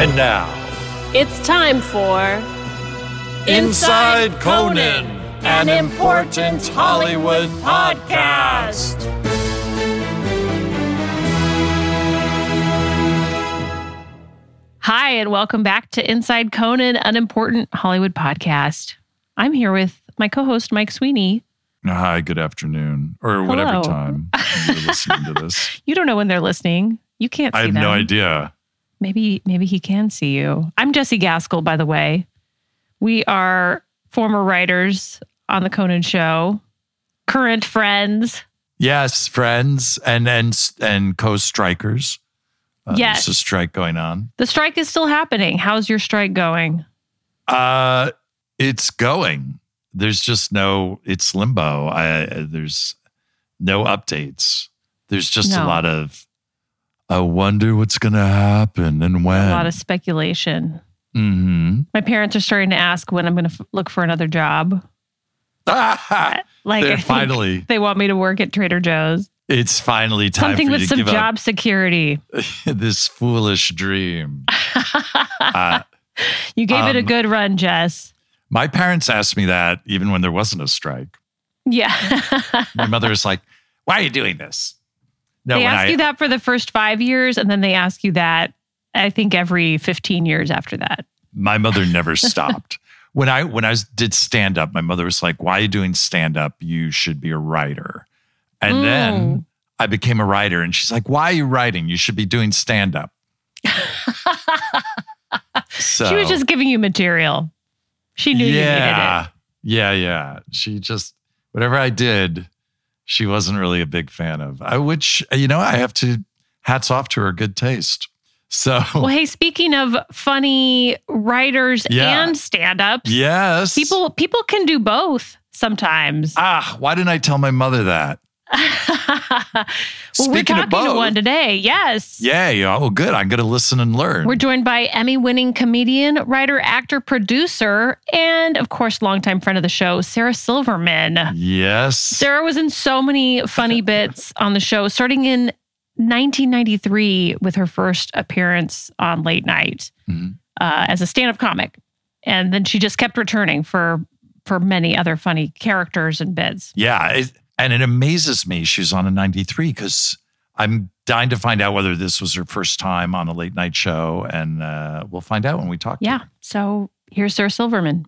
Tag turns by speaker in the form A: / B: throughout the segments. A: And now,
B: It's time for
A: Inside Conan, an important Hollywood podcast.
B: Hi, and welcome back to Inside Conan, an important Hollywood podcast. I'm here with my co-host Mike Sweeney.
A: Hi, good afternoon, or whatever
B: Hello.
A: time you're listening to this.
B: You don't know when they're listening. You can't see
A: I have
B: them.
A: no idea.
B: Maybe maybe he can see you. I'm Jesse Gaskell, by the way. We are former writers on the Conan show, current friends.
A: Yes, friends and and and co-strikers. Uh,
B: Yes.
A: there's a strike going on.
B: The strike is still happening. How's your strike going?
A: Uh, it's going. There's just no. It's limbo. I there's no updates. There's just
B: No.
A: a lot of. I wonder what's going to happen and when.
B: A lot of speculation.
A: hmm
B: My parents are starting to ask when I'm going to f- look for another job. Like I
A: They're
B: think
A: finally.
B: they want me to work at Trader Joe's.
A: It's finally time
B: Something
A: for you
B: with
A: to
B: some
A: give
B: job security.
A: up this foolish dream. Uh,
B: you gave it a
A: um,
B: good run, Jess.
A: my parents asked me that even when there wasn't a strike.
B: Yeah.
A: My mother was like, "Why are you doing this?" No,
B: they
A: when
B: ask
A: I-
B: you that for the first five years, and then they ask you that, I think, every 15 years after that.
A: my mother never stopped. when I when I was, did stand up, my mother was like, "Why are you doing stand up? You should be a writer." And
B: Mm.
A: then I became a writer, and she's like, "Why are you writing? You should be doing stand up." so
B: she was just giving you material. She knew you needed
A: yeah, yeah, yeah. She just whatever I did, she wasn't really a big fan of. I which you know I have to hats off to her good taste. So
B: it. Well, hey, speaking of funny writers
A: Yeah.
B: and stand ups,
A: yes,
B: people, people can do both sometimes.
A: Ah, why didn't I tell my mother that?
B: well, we're
A: Speaking of
B: talking to
A: both-
B: one today. Yes.
A: Yeah, yeah. Well, Oh, good. I'm going to listen and learn.
B: We're joined by Emmy winning comedian, writer, actor, producer, and of course, longtime friend of the show, Sarah Silverman.
A: yes.
B: Sarah was in so many funny bits on the show, starting in 1993 with her first appearance on Late Night
A: Mhm.
B: uh, as a stand up comic. And then she just kept returning for. For many other funny characters and bits.
A: Yeah. It, and it amazes me she's on a 93 because I'm dying to find out whether this was her first time on a late night show. And uh, we'll find out when we talk. to
B: Yeah.
A: her.
B: So here's Sarah Silverman.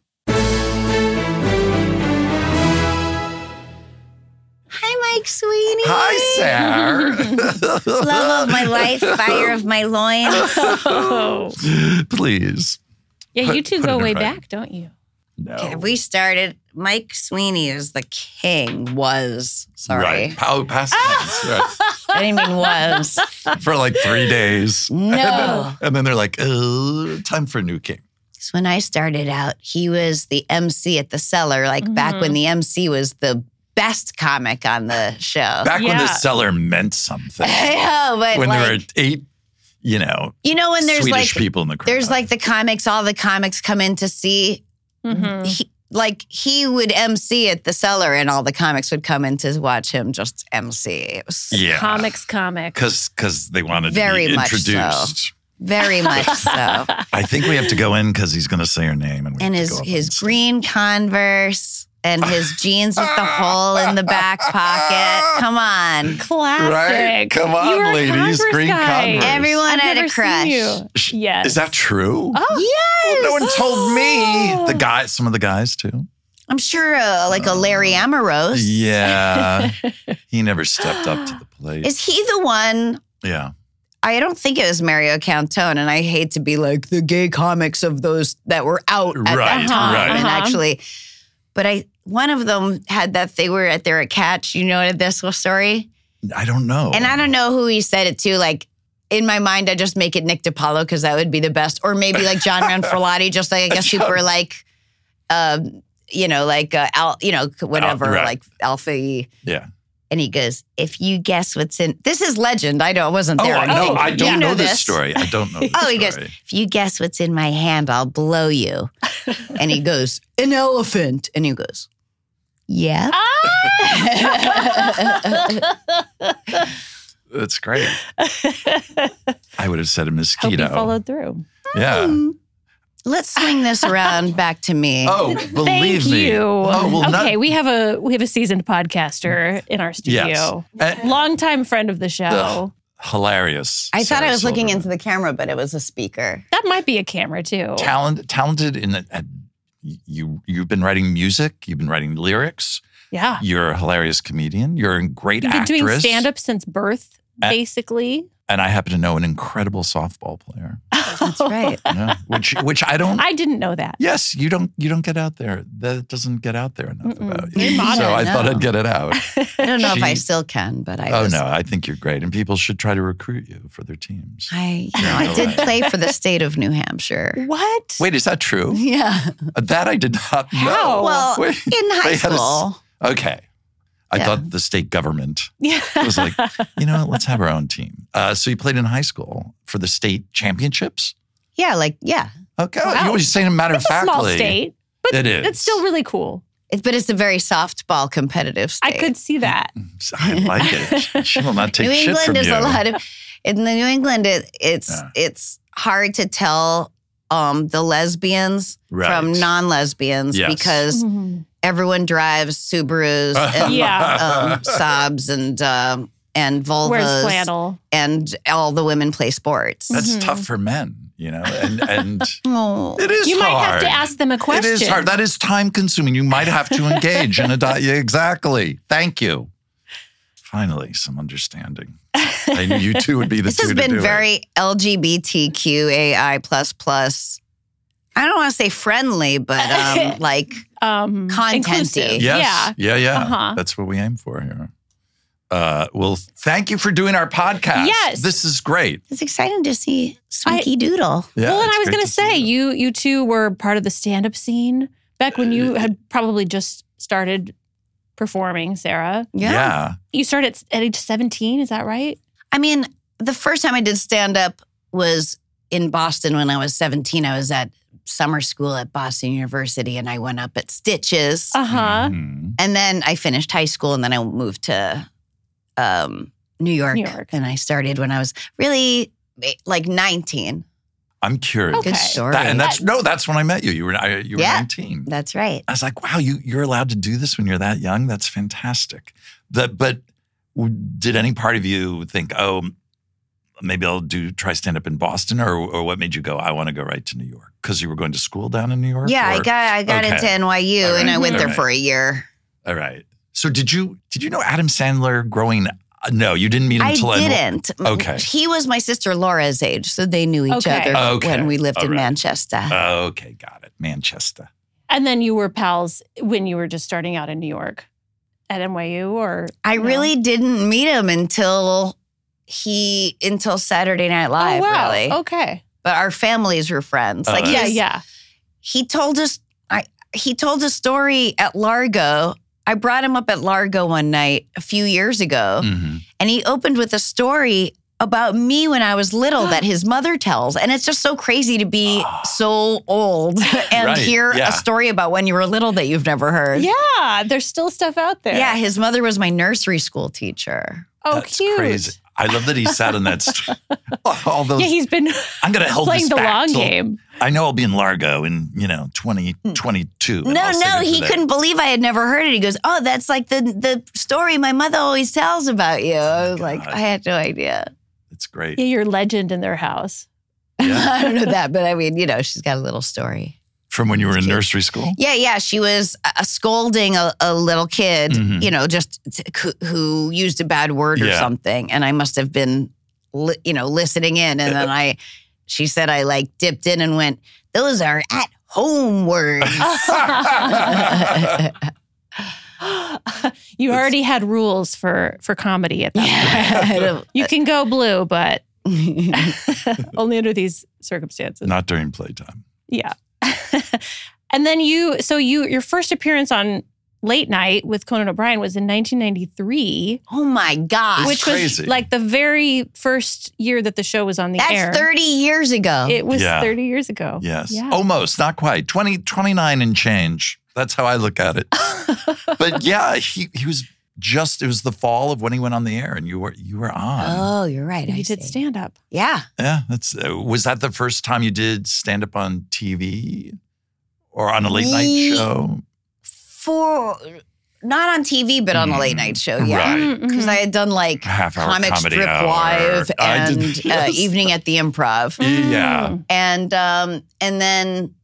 C: Hi, Mike Sweeney.
A: Hi, Sarah.
C: Love of my life, fire of my loins.
B: Oh.
A: Please.
D: Yeah,
A: Put-
D: you two
A: put
D: go
A: it in
D: way
A: writing.
D: back, don't you?
A: No.
C: Okay, we started. Mike Sweeney is the king. Was sorry, Ah!
A: Right. Pow- past tense. Right.
C: I didn't mean was.
A: For like three days. And
C: No.
A: then, and then they're like, oh, time for a new king.
C: So when I started out, he was the MC at the cellar, like back
A: Mm-hmm.
C: when the MC was the best comic on the show.
A: Back when the
B: Yeah.
A: seller meant something.
C: I know, but
A: when
C: like
A: there are eight, you know,
C: you know, when there's
A: Swedish
C: like
A: people in the crowd.
C: there's like the comics, all the comics come in to see
D: Mm-hmm.
A: Mm-hmm.
B: Mhm.
C: he, like he would MC at the cellar, and all the comics would come in to watch him just MC. It was
A: yeah,
D: Comics, comic.
A: because because they wanted
C: Very
A: to be
C: much so.
A: introduced.
C: very much so.
A: I think we have to go in because he's going to say her name, and we
C: and
A: have to
C: his
A: go up
C: his
A: and-
C: green Converse. and his jeans with the hole in the back pocket. Come on.
D: Classic.
A: Right? Come on,
D: You were a
A: ladies.
D: Converse
A: Green
D: guy.
A: Converse.
C: Everyone
D: I've
C: had a
D: never seen
C: crush.
D: you.
A: Sh-
D: Yes.
A: Is that true?
D: Oh,
C: Yes.
A: No one told me.
D: Oh.
A: The guy, some of the guys too.
C: I'm sure uh, like a Larry Amorose.
A: Yeah, he never stepped up to the plate.
C: Is he the one?
A: yeah,
C: I don't think it was Mario Cantone, and I hate to be like the gay comics of those that were out at
A: Right,
C: that time.
A: right.
C: And
D: Uh-huh.
C: actually, but I one of them had that thing where at their catch. You know this little story,
A: I don't know.
C: and I don't know who he said it to. Like in my mind, I just make it Nick DiPaolo because that would be the best, or maybe like John Ranfrolati, just like I guess super like, um, you know, like uh, Al, you know, whatever,
A: right.
C: like Alfie.
A: Yeah.
C: And he goes, if you guess what's in this is legend. I know I wasn't
A: Oh,
C: there.
A: I know.
D: Oh,
A: I
C: You
A: don't know, this story. I don't know. This
C: Oh, he goes,
A: story.
C: if you guess what's in my hand, I'll blow you. and he goes, an elephant. And he goes, yeah.
A: That's great. I would have said a
D: Hope you
A: mosquito.
D: followed through.
A: yeah.
C: Let's swing this around back to me.
A: Oh, believe
D: Thank
A: me.
D: you.
A: Oh, well, not-
D: okay, we have a we have a seasoned podcaster in our studio,
A: Yes. Uh,
D: longtime friend of the show.
A: Ugh. hilarious.
C: I thought
A: Sarah
C: I was looking
A: Silverman.
C: into the camera, but it was a speaker.
D: That might be a camera too.
A: talent, talented in the, at, you. You've been writing music. You've been writing lyrics.
D: yeah,
A: You're a hilarious comedian. You're a great
D: you've been
A: actress.
D: doing stand up since birth,
A: Uh,
D: basically.
A: and I happen to know an incredible softball player,
C: That's
D: Oh.
C: right.
A: Yeah. which which I don't.
D: I didn't know that.
A: yes, you don't you don't get out there. That doesn't get out there enough
D: Mm-mm.
A: about
C: You're
A: you. so
C: modern,
A: I thought
C: no.
A: I'd get it out.
C: I don't know if I
A: She-
C: still can, but I
A: Oh
C: was.
A: no, I think you're great, and people should try to recruit you for their teams.
C: I, you know,
A: Yeah,
C: I
A: no
C: did
A: way.
C: play for the state of New Hampshire.
D: What?
A: Wait, is that true?
C: Yeah.
A: That I did not
D: How?
A: know.
C: Well,
A: Oh, Wait.
C: in high
A: They had a s-
C: school.
A: Okay. I
C: Yeah.
A: thought the state government
D: Yeah.
A: was like, you know what, let's have our own team. Uh, so you played in high school for the state championships?
C: Yeah, like, yeah.
A: Okay.
D: Wow.
A: You always say matter of
D: it's a
A: factly.
D: small state, but
A: It is.
D: it's still really cool.
C: It, but it's a very softball competitive
D: I
C: state.
D: could see that.
A: I like it. She will not take
C: New
A: shit
C: England
A: from
C: is
A: you.
C: a lot of in the New England it, it's
A: Yeah.
C: it's hard to tell um, the lesbians
A: Right.
C: from non-lesbians
A: Yes.
C: because everyone drives Subarus and
D: Mm-hmm. Yeah.
C: um, Saabs and um, and
D: Wears
C: Volvos
D: flannel.
C: and all the women play sports.
A: That's
D: Mhm.
A: tough for men, you know, and, and
C: Oh.
A: it is
D: You
A: hard.
D: might have to ask them a question.
A: It is hard. That is time consuming. You might have to engage in a diet. Yeah, exactly. Thank you. Finally, some understanding. I knew you two would be the
C: This
A: two
C: has
A: to do
C: been
A: it.
C: very LGBTQAI plus plus. I don't want to say friendly, but um, like
D: um,
C: Content-y.
D: inclusive. Yeah.
A: Yes. Yeah. Yeah.
D: Uh-huh.
A: That's what we aim for here. Uh, well, thank you for doing our podcast.
D: Yes.
A: This is great.
C: it's exciting to see Swanky Doodle.
A: Yeah,
D: well, and
A: it's
D: I was
A: great
D: going to
A: see
D: say,
A: you.
D: you you two were part of the stand up scene back when you had probably just started performing, Sarah.
A: Yeah.
D: You started at age 17, is that right?
C: I mean, the first time I did stand up was in Boston when I was 17. I was at summer school at Boston University and I went up at Stitches.
D: Uh huh.
A: Mhm.
C: And then I finished high school and then I moved to um, New, York,
D: New York.
C: And I started when I was really eh, like 19.
A: I'm curious.
D: Okay.
C: Good story.
A: That- and that's no, that's when I met you. You were I, you were
C: Yeah.
A: 19.
C: That's right.
A: I was like, wow, you you're allowed to do this when you're that young. That's fantastic. That, but w- did any part of you think, oh, maybe I'll do try stand up in Boston, or or what made you go? I want to go right to New York because you were going to school down in New York.
C: Yeah, I
A: Or-
C: got I got
A: okay.
C: into NYU
A: All
C: and
A: right,
C: I went
A: all
C: there
A: right.
C: for a year.
A: All right. So did you did you know Adam Sandler growing? uh, No, you didn't meet him
C: I
A: until
C: didn't.
A: Okay.
C: He was my sister Laura's age, so they knew each
D: Okay.
C: other
A: Okay.
C: when we lived
A: All
C: in
A: right. Uh,
C: Manchester.
A: Okay, got it. Manchester.
D: And then you were pals when you were just starting out in New York at NYU or?
C: I
D: No.
C: really didn't meet him until he until Saturday Night Live,
D: oh, wow.
C: really.
D: Okay.
C: But our families were friends.
A: Oh,
C: like
A: that's-
D: Yeah,
C: yeah,
D: yeah.
C: yeah. He told us I he told a story at Largo. I brought him up at Largo one night a few years ago,
A: Mhm.
C: and he opened with a story about me when I was little that his mother tells. And it's just so crazy to be so old and
A: Ah. Right,
C: hear
A: yeah.
C: a story about when you were little that you've never heard.
D: Yeah, there's still stuff out there.
C: Yeah, his mother was my nursery school teacher.
D: Oh,
A: That's
D: cute.
A: crazy. I love that he sat in that. St- all those.
D: Yeah, he's been
A: I'm gonna hold
D: playing
A: this
D: the
A: back
D: long
A: till-
D: game. Hmm.
A: I know I'll be in Largo in you know 2022. and
C: No,
A: I'll sing
C: no,
A: it for
C: he
A: that.
C: couldn't believe I had never heard it. He goes, "Oh, that's like the the story my mother always tells about you." I was like,
A: Oh God.
C: I had no idea.
A: It's great.
D: Yeah, you're a legend in their house.
A: Yeah.
C: I don't know that, but I mean, you know, she's got a little story.
A: From when you were in
C: Cute.
A: nursery school.
C: Yeah, yeah, she was uh, scolding a, a little kid,
D: Mm-hmm.
A: Mhm.
C: you know, just t- who- who used a bad word or
A: Yeah.
C: something, and I must have been, li- you know, listening in, and then I, she said, I like dipped in and went, "Those are at home words."
D: you already had rules for for comedy at that point.
C: Yeah.
D: You can go blue, but only under these circumstances.
A: Not during playtime.
D: Yeah. and then you so you your first appearance on Late Night with Conan O'Brien was in 1993,
C: oh my gosh,
D: which
A: crazy.
D: was like the very first year that the show was on the
C: that's
D: air.
C: thirty years ago.
D: It was
A: Um, Yeah.
D: 30 years ago.
A: Yes.
D: Yeah.
A: Almost, not quite. 20, 29 and change. That's how I look at it. but yeah, he, he was just, it was the fall of when he went on the air and you were, you were on.
C: oh, you're right.
D: And
C: I
D: you did
C: see.
D: stand up.
C: Yeah.
A: Yeah. That's, uh, was that the first time you did stand up on TV or on a late night
C: Ye-
A: show?
C: for not on TV, but on a
D: Mm-hmm.
C: late night show. Yeah.
D: Mm.
A: Right.
C: Because I had done like
A: Half hour
C: comic
A: comedy
C: strip
A: hour.
C: live
A: I
C: and
A: did-
C: uh, e
A: yes.
C: evening at the improv,
A: Yeah.
D: Mm.
C: and um, and then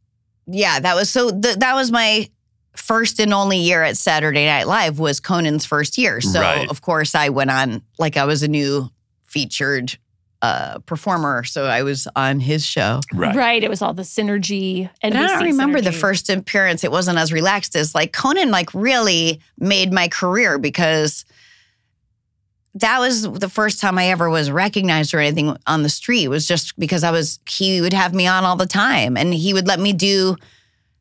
C: yeah, that was so th- that was my first and only year at Saturday Night Live was Conan's first year. So
A: Right.
C: of course I went on like I was a new featured uh, performer, so I was on his show.
A: Right.
D: Right. It was all the synergy.
C: And I don't
D: NBC
C: remember the
D: synergy.
C: first appearance. It wasn't as relaxed as like Conan. Like really made my career because that was the first time I ever was recognized or anything on the street. was just because I was. He would have me on all the time, and he would let me do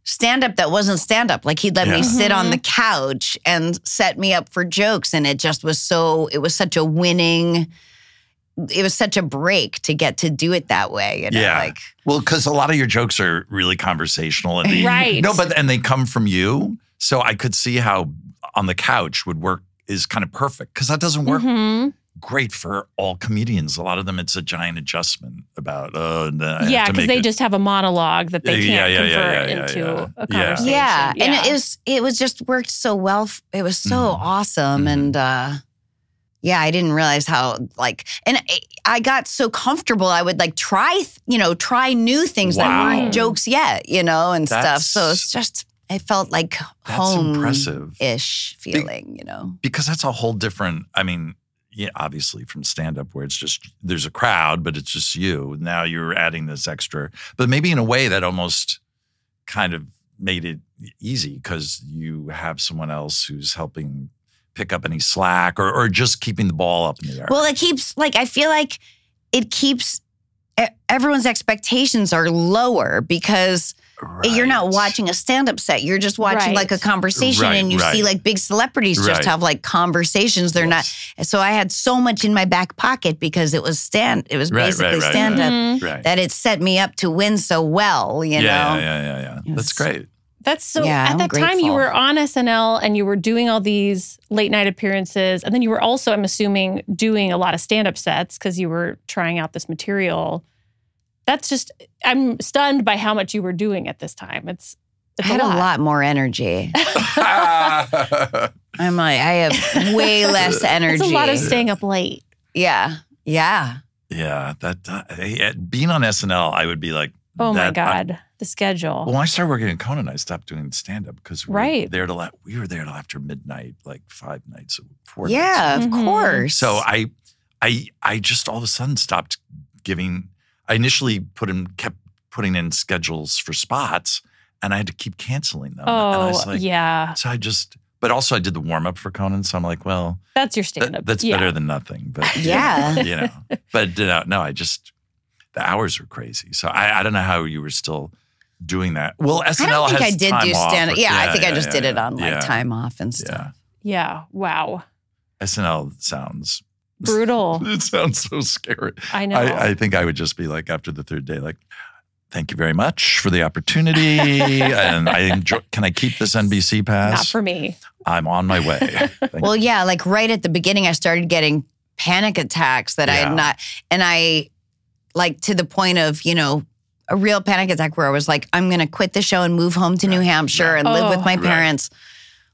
C: stand up that wasn't stand up. Like he'd let
A: Yeah.
C: me sit on
D: Mhm.
C: the couch and set me up for jokes, and it just was so. It was such a winning. It was such a break to get to do it that way. You know?
A: Yeah.
C: Like,
A: Well, because a lot of your jokes are really conversational, and they,
D: Eh, Right.
A: No, but and they come from you, so I could see how on the couch would work is kind of perfect because that doesn't work
D: Mhm.
A: great for all comedians. A lot of them, it's a giant adjustment about oh, and then I have
D: Yeah,
A: to
D: because
A: make
D: they
A: it.
D: just have a monologue that they
A: Yeah,
D: can't
A: yeah, yeah,
D: convert
A: yeah, yeah,
D: into
A: yeah.
D: a
A: Yeah.
D: conversation.
C: Yeah. and it was it was just worked so well. f- It was so
A: Mhm.
C: awesome,
A: Mhm.
C: and uh, yeah, I didn't realize how like, and I, I got so comfortable. I would like try, th- you know, try new things that
A: Wow.
C: weren't jokes yet, you know, and stuff.
A: That's-
C: So it's just it felt like
A: that's
C: home
A: impressive
C: ish feeling, you know.
A: because that's a whole different. I mean. Yeah, obviously from stand up where it's just there's a crowd, but it's just you. Now you're adding this extra, but maybe in a way that almost kind of made it e, easy because you have someone else who's helping pick up any slack or, or just keeping the ball up in the air.
C: Well, it keeps like I feel like it keeps e- everyone's expectations are lower because You're not
A: Right.
C: watching a stand-up set. You're just watching
D: Right.
C: like a conversation,
A: Right,
C: and you
A: right.
C: see like big celebrities
A: Right.
C: just have like conversations. They're
A: Yes.
C: not. So I had so much in my back pocket because it was stand. It was
A: Right, right,
C: basically
A: right, right.
C: stand-up
D: Mhm.
A: Right.
C: that it set me up to win so well.
A: yeah,
C: You know.
A: yeah, yeah, yeah, yeah. That's
C: Yes.
A: great.
D: That's so.
C: Yeah,
D: at
C: I'm
D: that time, you
C: grateful.
D: were on SNL and you were doing all these late night appearances, and then you were also, I'm assuming, doing a lot of stand up sets because you were trying out this material. That's just. I'm stunned by how much you were doing at this time. It's.
C: I
D: it's
C: had a lot more energy. I'm like, I have way less energy.
D: It's a lot of staying up late.
C: yeah, yeah.
A: yeah, that uh, hey, at- being on SNL, I would be like,
D: Oh my
A: that- I-
D: god, the schedule.
A: well, when I started working in Conan, I stopped doing stand up because we were
D: Right.
A: there till a- we were there till after midnight, like five nights, four nights a
C: Yeah, of
D: Mhm.
C: course.
A: So I, I, I just all of a sudden stopped giving. I initially put in, kept putting in schedules for spots, and I had to keep canceling them. Um, and I
D: oh
A: was like,
D: yeah,
A: So I just, but also I did the warm up for Conan, so I'm like, well,
D: that's your
A: that-
D: stand up.
A: that's
D: yeah.
A: better than nothing. But
C: Yeah.
A: you know. But you know, no, I just the hours were crazy. So I, I don't know how you were still doing that. Well, SNL
C: I don't think I
A: has
C: did
A: time
C: do
A: off,
C: stand-up.
A: or-
C: Yeah, I think I
A: yeah,
C: just
A: yeah,
C: did it
A: yeah.
C: on like
A: Yeah,
C: time off and stuff.
A: Yeah,
D: Yeah. Wow.
A: SNL sounds
C: Oh.
D: Brutal.
A: It sounds so scary.
D: I know.
A: I, I think I would just be like after the third day, like, thank you very much for the opportunity. and I enjoy can I keep this NBC pass?
D: Not for me.
A: I'm on my way. Thank
C: Well, yeah, like right at the beginning, I started getting panic attacks that I
A: Yeah.
C: had not, and I like to the point of, you know, a real panic attack where I was like, I'm going to quit the show and move home to New Hampshire and live
D: Oh.
C: with my
A: Right.
C: parents.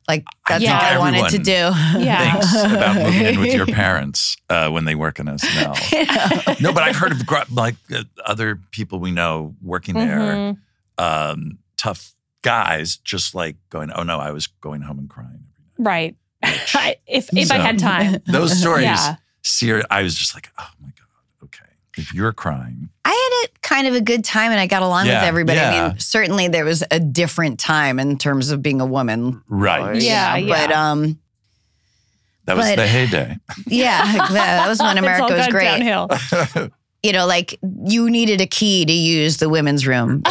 C: Like, that's
D: think
C: all I wanted to do.
D: Yeah.
A: Thinks about moving in with your parents uh, when they work in SNL. no, but I've heard of gr- like uh, other people we know working there,
D: Mhm.
A: um, tough guys, just like going, "Oh no, I was going home and crying."
D: Right. I- if if I
A: So-
D: had time.
A: Those stories,
D: Yeah.
A: ser- I was just like, "Oh my god, okay." If you're crying,
C: I had a kind of a good time and I got along
A: Yeah,
C: with everybody. I
A: yeah.
C: mean, certainly there was a different time in terms of being a woman.
A: right?
D: Yeah,
C: you know,
D: yeah.
C: But um,
A: That was
C: But-
A: the heyday.
C: yeah, that that was when
D: it's
C: America
D: all
C: was
D: gone
C: uh, great.
D: downhill.
C: You know, like you needed a key to use the women's room.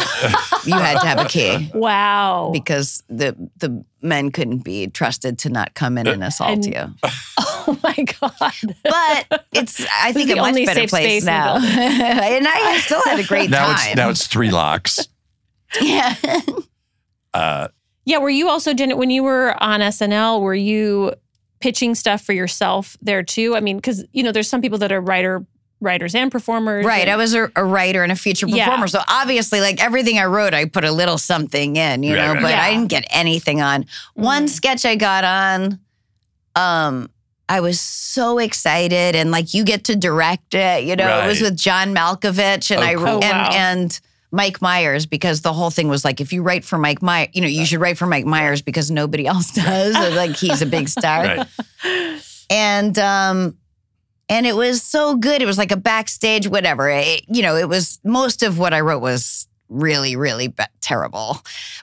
C: you had to have a key
D: Wow.
C: because the the men couldn't be trusted to not come in and assault
D: Uh, And-
C: you.
D: oh my God.
C: But it's I think
D: the
C: a much
D: only
C: better
D: safe space
C: place
D: in the
C: now.
D: building.
C: and I still had a great
A: Now
C: time.
A: it's now it's three locks.
C: yeah.
A: Uh,
D: Yeah. Were you also, Janet, when you were on SNL, were you pitching stuff for yourself there too? I mean, because, you know, there's some people that are writer, writers and performers.
C: Right.
D: and-
C: I was a, a writer and a feature
D: Yeah.
C: performer. So obviously, like everything I wrote, I put a little something in, you
A: Right,
C: know,
A: right,
C: but
D: right.
C: I didn't get anything on. One
D: Mm.
C: sketch I got on, um, I was so excited and like you get to direct it, you know, it was
A: Right.
C: with John Malkovich and
A: Oh,
C: I
A: cool.
D: Oh,
C: and,
D: wow.
C: and Mike Myers because the whole thing was like if you write for Mike Myers, you know, you should write for Mike Myers because nobody else does. And, like he's a big star
A: right.
C: and um and it was so good it was like a backstage whatever it, you know it was most of what i wrote was really really ba- terrible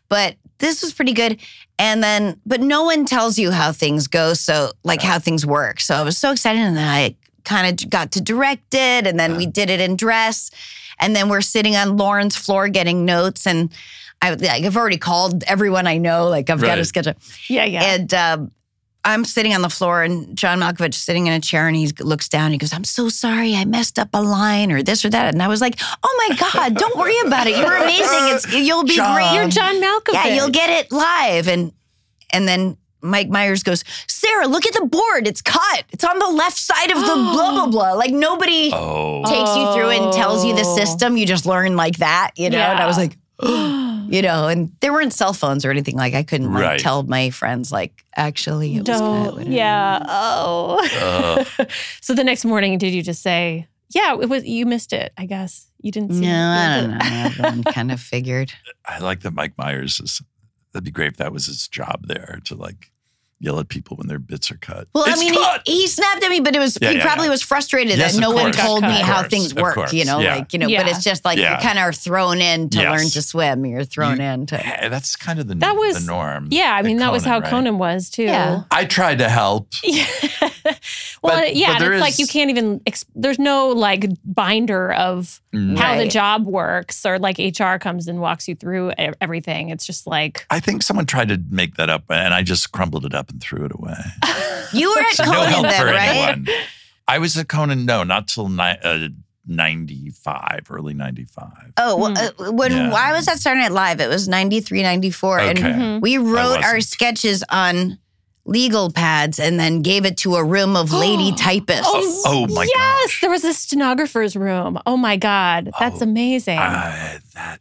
C: but this was pretty good and then but no one tells you how things go so like how things work so i was so excited and then i kind of got to direct it and then we did it in dress and then we're sitting on lauren's floor getting notes and I, like, I've already called everyone I know. Like I've got a
A: Right.
C: schedule.
D: Yeah. Yeah.
C: And um, I'm sitting on the floor, and John Malkovich is sitting in a chair, and he looks down. And he goes, "I'm so sorry, I messed up a line or this or that." And I was like, "Oh my god, don't worry about it. You're amazing. It's you'll be
A: John.
C: great.
D: You're John Malkovich.
C: yeah, you'll get it live." And and then Mike Myers goes, "Sarah, look at the board. It's cut. It's on the left side of the blah blah blah. Like nobody."
A: Oh,
C: Takes you through and tells you the
D: Oh.
C: system. You just learn like that, you know? And I was
D: Yeah.
C: like, you know, and there weren't cell phones or anything. Like I couldn't like,
A: Right.
C: tell my friends, like, actually, it was kind of
D: Don't. Yeah. Oh.
A: uh,
D: so the next morning, did you just say, "Yeah, it was you missed it"? I guess you didn't see.
C: No, I
D: it.
C: don't know. Everyone kind of figured.
A: I like that Mike Myers is. That'd be great if that was his job there to like yell at people when their bits are cut.
C: Well,
A: It's
C: I mean,
A: cut!
C: he, he snapped at me, but it was
A: Yeah,
C: he
A: yeah,
C: probably
A: yeah.
C: was frustrated
A: Yes,
C: that
A: of
C: no one
A: course.
C: told me
D: Of
C: how
A: course,
C: things
A: of
C: work.
A: course,
C: You know,
A: yeah.
C: like you know,
D: Yeah.
C: but it's just like
A: Yeah.
C: you kind of are thrown in to
A: Yes.
C: learn to swim. You're thrown
A: You-
C: in to.
A: Yeah, that's kind of the
D: That was-
A: the norm.
D: Yeah, I
A: at
D: mean that was how
A: right?
D: Conan was too.
C: Yeah.
A: I tried to help.
D: Yeah. well,
A: But-
D: yeah,
A: but
D: and
A: there
D: it's like
A: is-
D: you can't even. Exp- there's no like binder of
A: Mm.
D: how the
C: Right.
D: job works, or like HR comes and walks you through e- everything. It's just like
A: I think someone tried to make that up, and I just crumbled it up and threw it away.
C: You were at
A: no
C: Conan
A: help
C: then,
A: for
C: right?
A: anyone. I was at Conan. No, not till ni- uh, ninety-five, early ninety-five.
C: Oh, well,
D: Hmm.
C: uh, when
A: Yeah.
C: I was at Saturday Night Live, it was 93, 94. And
A: Okay.
D: mhm.
C: We wrote our
A: Mm-hmm. wasn't.
C: sketches on legal pads and then gave it to a room of lady typists.
A: Oh, oh my
D: yes,
A: gosh.
D: there was a stenographer's room. Oh my god, that's
A: Oh,
D: amazing.
A: I, that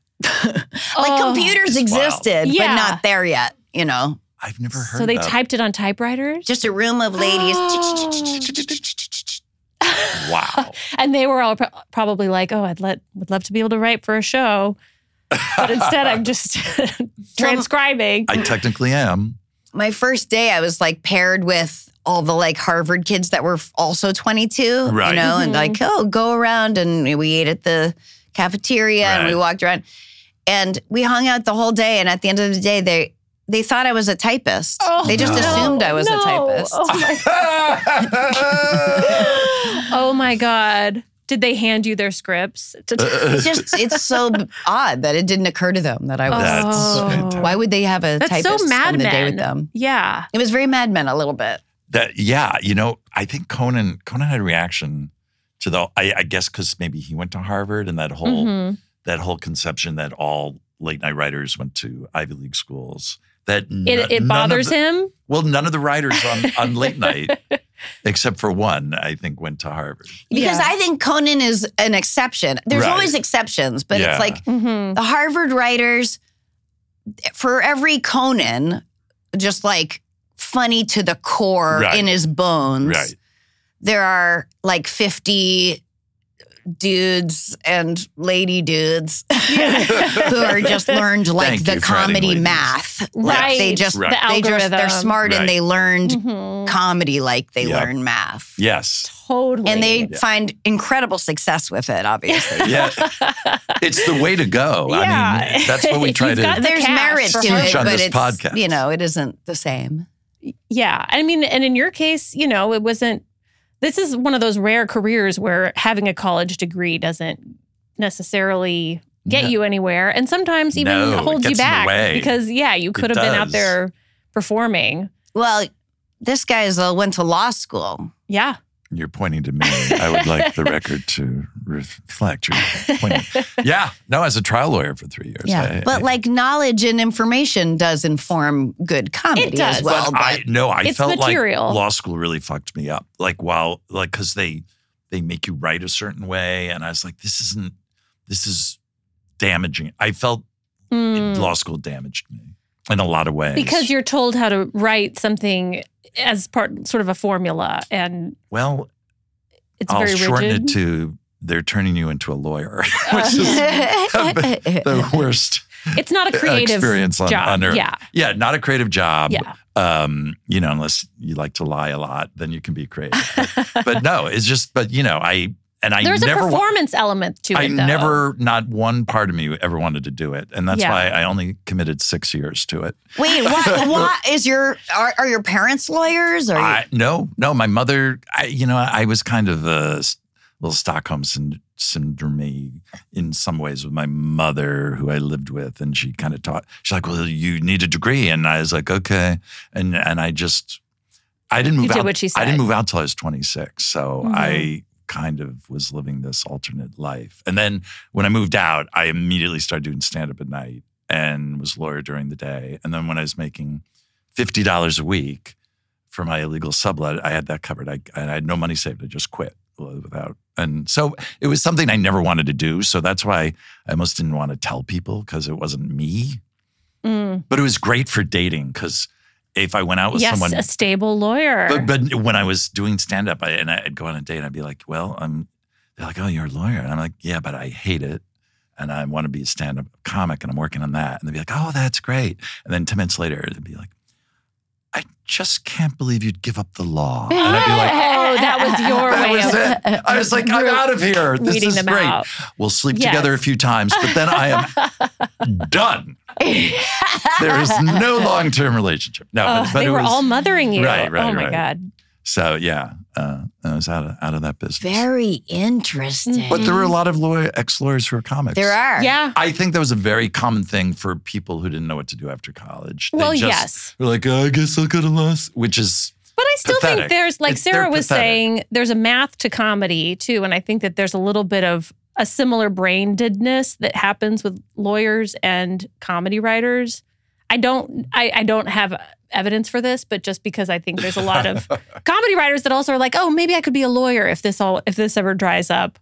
C: like
D: Oh.
C: computers existed,
D: Yeah.
C: but not there yet, you know.
A: I've never heard.
D: So they
A: that.
D: typed it on typewriters.
C: Just a room of ladies.
A: Wow.
D: And they were all pro- probably like, "Oh, I'd let would love to be able to write for a show, but instead I'm just transcribing."
A: I technically am.
C: My first day I was like paired with all the like Harvard kids that were also
A: Right.
C: 22,
A: Mm-hmm.
C: you know, and like, oh, go around and we ate at the cafeteria and we
A: Right.
C: walked around and we hung out the whole day and at the end of the day they they thought I was a typist.
D: Oh,
C: they just
A: no.
C: assumed I was
D: no.
C: a typist.
D: Oh my, oh my god! Did they hand you their scripts? To
A: Uh,
C: It's just it's so odd that it didn't occur to them that I was.
A: That's
D: Oh.
A: fantastic.
C: Why would they have a
D: That's
C: typist
D: so Mad
C: on the day
D: Men.
C: with them?
D: Yeah.
C: It was very Mad Men a little bit.
A: That yeah, you know, I think Conan Conan had a reaction to the I, I guess because maybe he went to Harvard and that whole
D: Mhm.
A: that whole conception that all late night writers went to Ivy League schools. That
D: It, it bothers him.
A: Well, none of the writers on, on late night except for one, I think went to Harvard.
C: Because
D: Yeah.
C: I think Conan is an exception. There's
A: Right.
C: always exceptions, but
A: Yeah.
C: it's like
D: Mm-hmm.
C: the Harvard writers, for every Conan, just like funny to the core
A: Right.
C: in his bones,
A: Right.
C: there are like 50 dudes and lady dudes who are just learned like
A: Thank
C: the
A: you for adding
C: comedy
A: ladies.
C: math.
D: Right.
C: Like they just,
A: Right.
D: The
C: they just, they're
D: algorithm.
C: smart
A: Right.
C: and they learned
D: Mhm.
C: comedy like they
A: Yep.
C: learn math.
A: Yes.
D: Totally.
C: And they
A: Yeah.
C: find incredible success with it, obviously.
A: Yeah. it's the way to go. I mean, that's what we
D: If
A: try
D: you've
A: to.
D: got the
C: There's
D: cash
C: merit
D: for
C: to
D: her.
C: it,
A: on
C: but
A: this
C: it's
A: podcast.
C: you know it isn't the same.
D: Yeah. I mean, and in your case, you know, it wasn't, this is one of those rare careers where having a college degree doesn't necessarily get
A: No.
D: you anywhere. And sometimes even
A: No, it
D: holds you
A: gets in the
D: back
A: way.
D: because, yeah, you could
A: It
D: have been out
A: does.
D: there performing.
C: Well, this guy's uh, went to law school.
D: Yeah.
A: You're pointing to me. I would like the record to reflect your pointing. Yeah. No, as a trial lawyer for three years. I-
C: but
A: I-
C: like knowledge and information does inform good comedy
D: does.
C: as
A: But
C: well. But,
A: I no, I
D: It's
A: felt
D: material.
A: like law school really fucked me up. Like while like because they they make you write a certain way, and I was like, this isn't this is damaging. I felt
D: Mm.
A: law school damaged me in a lot of ways
D: Because you're told how to write something as part, sort of a formula, and
A: well.
D: it's
A: I'll
D: very
A: shorten
D: rigid. Uh-huh.
A: it to they're turning you into a lawyer, which is the worst uh,
D: it's not a creative
A: experience on,
D: job.
A: on earth.
D: Yeah.
A: Yeah, not a creative job.
D: Yeah.
A: Um, you know, unless you like to lie a lot, then you can be creative. But, but no, it's just. But you know, I and I
D: There's a
A: never. wa-
D: performance element to
A: I
D: it, though.
A: never, not one part of me ever wanted to do it, and that's
D: Yeah.
A: why I only committed six years to it.
C: wait, what, what is your are, are your parents lawyers? Or
A: I, no, no, my mother. I, you know, I was kind of a s- little Stockholm syn- syndrome in some ways with my mother, who I lived with, and she kind of taught. She's like, "Well, you need a degree," and I was like, "Okay," and and I just, I didn't
D: You
A: move
D: did
A: out.
D: what she
A: I
D: said.
A: didn't move out till I was twenty six, so
D: Mhm.
A: I kind of was living this alternate life. And then when I moved out, I immediately started doing stand up at night and was lawyer during the day. And then when I was making fifty dollars a week for my illegal sublet, I had that covered. I and I had no money saved. I just quit without. And so it was something I never wanted to do. So that's why I almost didn't want to tell people because it wasn't me.
D: Mm.
A: But it was great for dating because if I went out with
D: Yes,
A: someone,
D: a stable lawyer.
A: but, but when I was doing stand up I, and I'd go on a date and I'd be like, well, I'm, they're like, oh, you're a lawyer. And I'm like, yeah, but I hate it. And I want to be a stand up comic and I'm working on that. And they'd be like, oh, that's great. And then 10 minutes later, they'd be like, I just can't believe you'd give up the law. And I'd be like,
D: oh, that was your
A: that
D: way.
A: was
D: of
A: it. I was like, I'm
D: Group
A: out of here. This
D: weeding
A: is
D: them
A: great.
D: out.
A: We'll sleep
D: Yes.
A: together a few times, but then I am done. there is no long term relationship. No,
D: Oh,
A: but, but
D: they
A: it
D: were
A: was,
D: all mothering you.
A: Right, right,
D: oh my
A: right.
D: god.
A: So yeah, uh, I was out of out of that business.
C: very interesting.
A: but there were a lot of lawyer, ex lawyers who are comics.
C: there are.
D: Yeah.
A: I think that was a very common thing for people who didn't know what to do after college. They
D: Well,
A: just
D: yes.
A: were like, "Oh, I guess I'll go to law, s-" which is
D: But I still
A: Pathetic.
D: think there's like
A: It's- they're
D: Sarah was
A: pathetic.
D: saying there's a math to comedy too and I think that there's a little bit of a similar brain-deadness that happens with lawyers and comedy writers. I don't I, I don't have evidence for this, but just because I think there's a lot of comedy writers that also are like, "Oh, maybe I could be a lawyer if this all if this ever dries up."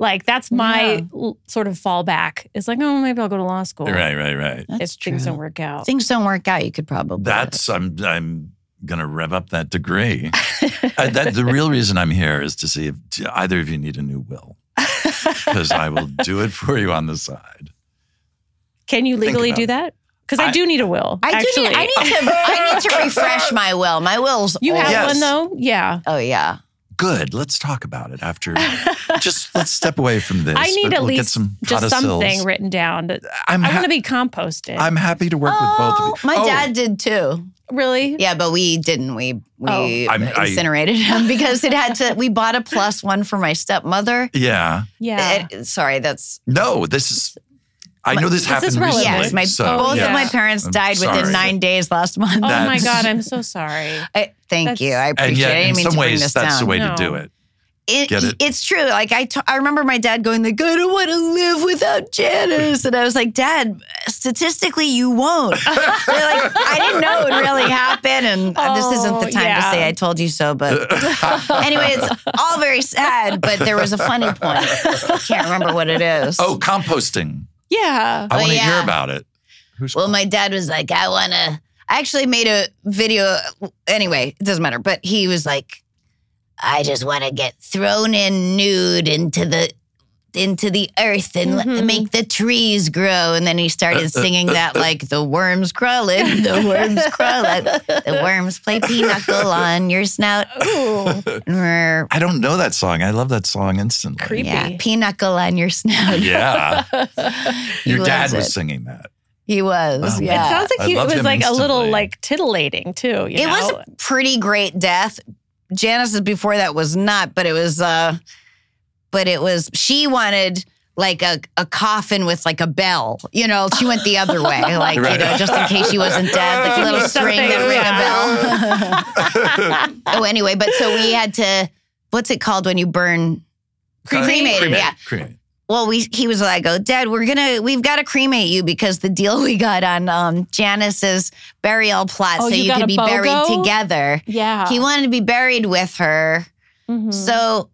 D: Like that's my
C: Yeah.
D: l- sort of fallback. It's like, "Oh, maybe I'll go to law school."
A: right, right, right.
D: If
C: That's
D: things
C: true.
D: don't work out.
C: Things don't work out, you could probably.
A: That's I'm I'm gonna rev up that degree. Uh, that the real reason I'm here is to see if do either of you need a new will, because I will do it for you on the side.
D: Can you
A: Think
D: legally
A: about
D: do
A: it.
D: that? Because I,
A: I-
D: do need a will.
C: I
D: actually.
C: do. Need, I need to. I need to refresh my will. My will's.
D: you
C: old.
D: have
A: Yes.
D: one though? Yeah.
C: Oh yeah.
A: Good. Let's talk about it after. just let's step away from this.
D: I need
A: but
D: at
A: we'll get
D: least
A: some
D: just
A: codicils.
D: something written down. That,
A: I'm
D: I
A: ha-
D: want to be composted.
A: I'm happy to work with both of you.
C: My
A: Oh,
C: dad did too.
D: really?
C: Yeah, but we didn't. We we
D: Oh.
A: I'm- I-
C: incinerated him because it had to. We bought a plus one for my stepmother.
A: Yeah.
D: Yeah.
C: Eh, sorry, that's
A: No, this is. I know this,
D: This
A: happened
D: is relevant.
A: recently.
D: Really?
C: yes. My
A: so,
C: both
D: yeah.
C: of my parents
A: I'm
C: died
A: sorry.
C: within nine days last month.
D: oh my
A: that's-
D: god, I'm so sorry.
C: I- thank
D: that's-
C: you. I
A: And
C: appreciate. it.
A: yet,
C: I didn't
A: in
C: mean
A: some
C: to bring
A: ways,
C: this
A: that's
C: down.
A: the way
D: No.
A: to do it.
C: it,
A: Get it.
C: It's true. Like I, t- I remember my dad going like, "I don't want to live without Janice," and I was like, "Dad, statistically, you won't." They're like, I didn't know it would really happen, and uh, this isn't
D: Oh,
C: the time to
D: yeah.
C: say I told you so. But anyway, it's all very sad. But there was a funny point. I can't remember what it is.
A: Oh, composting.
D: Yeah.
A: I
C: Oh,
A: want to hear
C: yeah.
A: about it. Who's
C: Well, my dad was like, I want to. I actually made a video. Anyway, it doesn't matter. But he was like, I just want to get thrown in nude into the into the earth and let-
D: Mhm.
C: make the trees grow. And then he
A: Uh,
C: started singing that like the worms crawl in, the worms crawl out, the worms play pinochle on your snout.
D: Ooh,
C: Yeah,
A: I don't know that song. I love that song instantly.
D: creepy.
C: pinochle on your snout.
A: Yeah. Your
C: loves
A: dad was
C: it.
A: singing that.
C: He was.
A: Wow. It
C: yeah.
D: It sounds
A: I
D: like he, it
A: love
D: was
A: him
D: like a little
A: instantly.
D: like titillating too. You
C: it was
D: know?
C: a pretty great death. Janice's before that was not, but it was uh but it was she wanted like a, a coffin with like a bell. You know, she went the other way. Like, you
A: Right.
C: know, just in case she wasn't dead, like a
D: Give me
C: little string
D: something,
C: that
D: "Oh."
C: ring a bell.
A: Cremated.
C: oh, anyway, but so we had to what's it called when you burn cremated, yeah.
A: Cremated.
C: Well, we he was like, "Oh, Dad, we're gonna we've got to cremate you because the deal we got on um, Janice's burial plot,
D: Oh,
C: so
D: you
C: you
D: got a
C: could be buried
D: BOGO?
C: together."
D: yeah.
C: He wanted to be buried with her.
D: Mhm.
C: So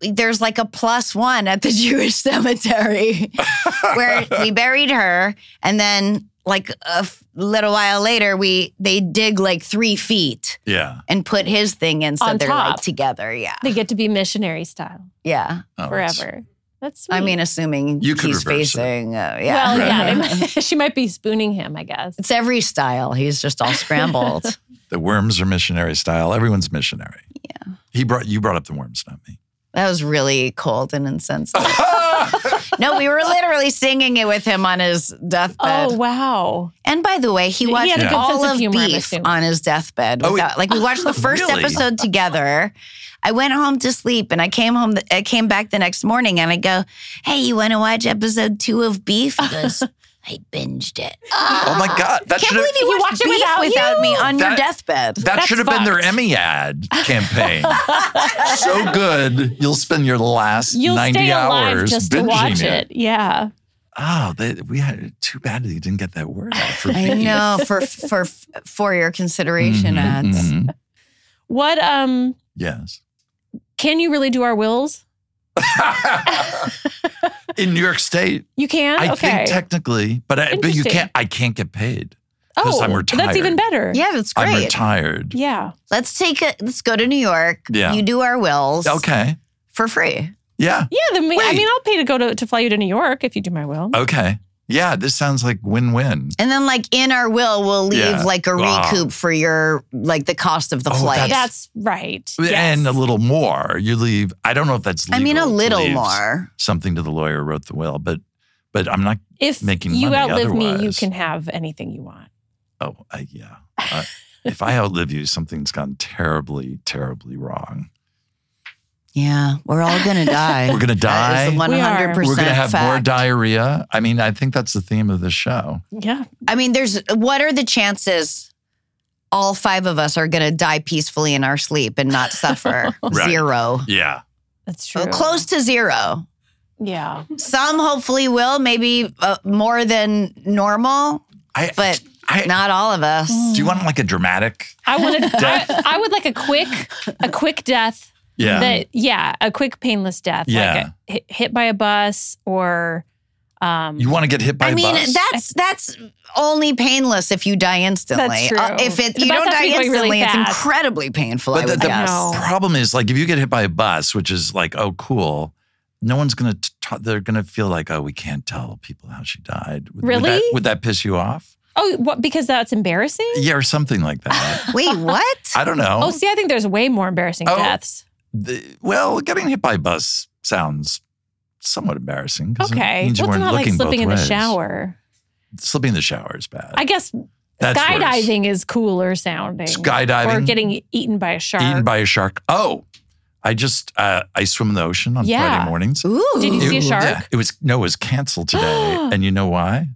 C: there's like a plus one at the Jewish cemetery where we buried her, and then like a f- little while later, we they dig like three feet
A: Yeah.
C: and put his thing in, so
D: On
C: they're
D: top.
C: like together. Yeah,
D: they get to be missionary style
C: yeah.
A: Oh, it's-
D: forever. That's sweet.
C: I mean, assuming
A: You could
C: he's
A: reverse it.
C: facing, uh, yeah.
D: Hmm. well, yeah, they might, she might be spooning him, I guess.
C: It's every style. He's just all scrambled.
A: The worms are missionary style. Everyone's missionary. Yeah. He brought you brought up the worms, not me.
C: that was really cold and insensitive. no, we were literally singing it with him on his deathbed.
D: Oh wow!
C: And by the way, he
D: He
C: watched
D: had
A: a good
C: all
D: sense of
C: of
D: humor, I'm
C: Beef
D: assuming.
C: on his deathbed.
A: Oh,
C: without- like we watched the first
A: Really?
C: episode together. I went home to sleep, and I came home. I came back the next morning, and I go, "Hey, you want to watch episode two of Beef?" He goes, "I binged it.
A: Oh my God. That
C: Can't
A: should have
C: believe you
D: You
C: watched
D: watched it
C: Beef
D: without
C: without
D: you?
C: me on your
A: That-
C: deathbed."
A: that
D: That's
A: should have been their
D: fucked.
A: Emmy ad campaign. so good. You'll spend your last
D: You'll
A: 90
D: stay alive
A: hours
D: just to
A: binging
D: watch it. Yeah,
A: Oh, they, we had too bad that you didn't get that word out for
C: I
A: me.
C: know for for for your consideration
A: Mhm,
C: ads.
A: mhm.
D: What um
A: Yes.
D: can you really do our wills?
A: In New York State,
D: You can?
A: I
D: okay.
A: think technically, but I, but you
D: Interesting.
A: can't. I can't get paid.
D: oh,
A: 'cause I'm
D: That's
A: retired.
D: even better.
C: Yeah, that's
A: I'm
C: great.
A: retired.
D: Yeah.
C: Let's take a let's go to New York.
A: Yeah.
C: You do our wills
A: Okay.
C: for free.
A: Yeah.
D: Yeah, then we, I
A: Wait.
D: mean I'll pay to go to, to fly you to New York if you do my will.
A: Okay. Yeah. This sounds like win-win.
C: And then, like in our will, we'll leave
A: Yeah.
C: like a
A: Wow.
C: recoup for your like the cost of the
A: Oh,
C: flight.
D: That's right.
A: And a
D: Yes.
A: little more. You leave. I don't know if that's. Legal
C: I mean, a
A: to
C: little
A: leave
C: more.
A: Something to the lawyer who wrote the will, but but I'm not.
D: if
A: making
D: you
A: money
D: outlive me, you
A: otherwise.
D: can have anything you want.
A: Oh, I, yeah. I- if I outlive you, something's gone terribly, terribly wrong.
C: Yeah, we're all gonna die.
A: We're gonna die.
C: One
D: We are.
C: hundred
D: We're
C: percent.
A: We're gonna have
C: fact.
A: more diarrhea. I mean, I think that's the theme of this show.
D: Yeah.
C: I mean, there's what are the chances? All five of us are gonna die peacefully in our sleep and not suffer.
A: Right.
C: Zero.
A: Yeah.
D: That's true.
C: Well, close to zero.
D: Yeah.
C: Some hopefully will, maybe uh, more than normal,
A: I.
C: but
A: I,
C: not all of us.
A: do you want like a dramatic?
D: I wanted I, I would like a quick a quick death
A: Yeah.
D: that yeah, a quick painless death.
A: Yeah.
D: Like a, hit, hit by a bus or um
A: you want to get hit by
C: I
A: a
C: mean,
A: bus?
C: that's that's only painless if you die instantly.
D: That's true.
C: Uh, if it
D: The
C: you
D: bus
C: don't
D: has to
C: die
D: be going
C: instantly,
D: really
C: it's
D: fast.
C: incredibly painful. I
A: But the,
C: would
A: the
C: guess.
D: No.
A: problem is, like, if you get hit by a bus, which is like, oh, cool, no one's gonna. T- t- they're gonna feel like, oh, we can't tell people how she died. Would- Would
D: Really?
A: that, would that piss you off?
D: Oh, what because that's embarrassing?
A: Yeah, or something like that.
C: Wait, what?
A: I don't know.
D: Oh, see, I think there's way more embarrassing
A: Oh.
D: deaths.
A: The- well, getting hit by a bus sounds somewhat embarrassing. 'cause it
D: Okay.
A: means you
D: Well, it's
A: weren't
D: not like
A: looking both
D: slipping in the
A: ways.
D: shower.
A: Slipping in the shower is bad.
D: I guess
A: That's worse.
D: skydiving is cooler sounding.
A: Skydiving?
D: Or getting eaten by a shark.
A: Eaten by a shark. Oh, I just uh, I swim in the ocean on
D: Yeah.
A: Friday mornings.
C: Ooh.
D: Did you see a shark?
A: it was no, it was canceled today, and you know why?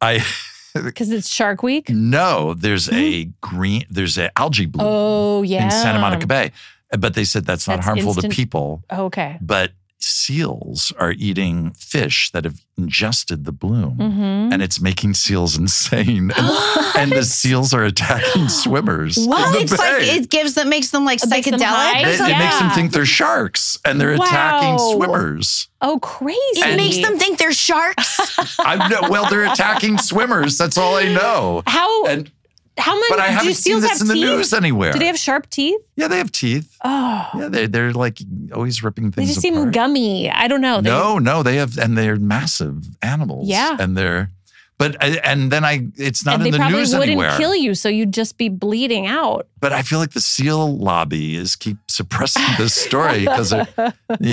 A: I
D: Because it's shark
A: Mm.
D: week.
A: no, there's a green, there's a algae bloom
D: Hmm? Oh, yeah.
A: in Santa Monica Bay, But they said that's not
D: That's
A: harmful
D: instant-
A: to people.
D: Oh, okay.
A: But seals are eating fish that have ingested the bloom.
D: Mm-hmm.
A: And it's making seals insane. And, and the seals are attacking swimmers. in
C: Well,
A: the
C: it's like
A: bay.
C: it gives them makes them like
D: It makes them
C: psychedelic.
D: high?
C: or
A: It, it
C: something.
A: makes them
D: Yeah.
A: think they're sharks and they're attacking
D: Wow.
A: swimmers.
D: oh, crazy.
C: It makes them think they're sharks.
A: I know. Well, they're attacking swimmers. That's all I know.
D: How
A: And
D: how many
A: but I
D: do
A: haven't seen
D: seals
A: this
D: have
A: in the
D: teeth?
A: news anywhere.
D: Do they have sharp teeth?
A: yeah, they have teeth.
D: Oh,
A: Yeah, they they're like always ripping
D: they
A: things.
D: just seem
A: apart.
D: gummy. I don't know. They-
A: no, no, they have, and they're massive animals.
D: Yeah.
A: and they're, but uh, and then I, it's not
D: and
A: in
D: they
A: the
D: probably
A: news
D: wouldn't
A: anywhere.
D: kill you, so you'd just be bleeding out.
A: But I feel like the seal lobby is keep suppressing this story because you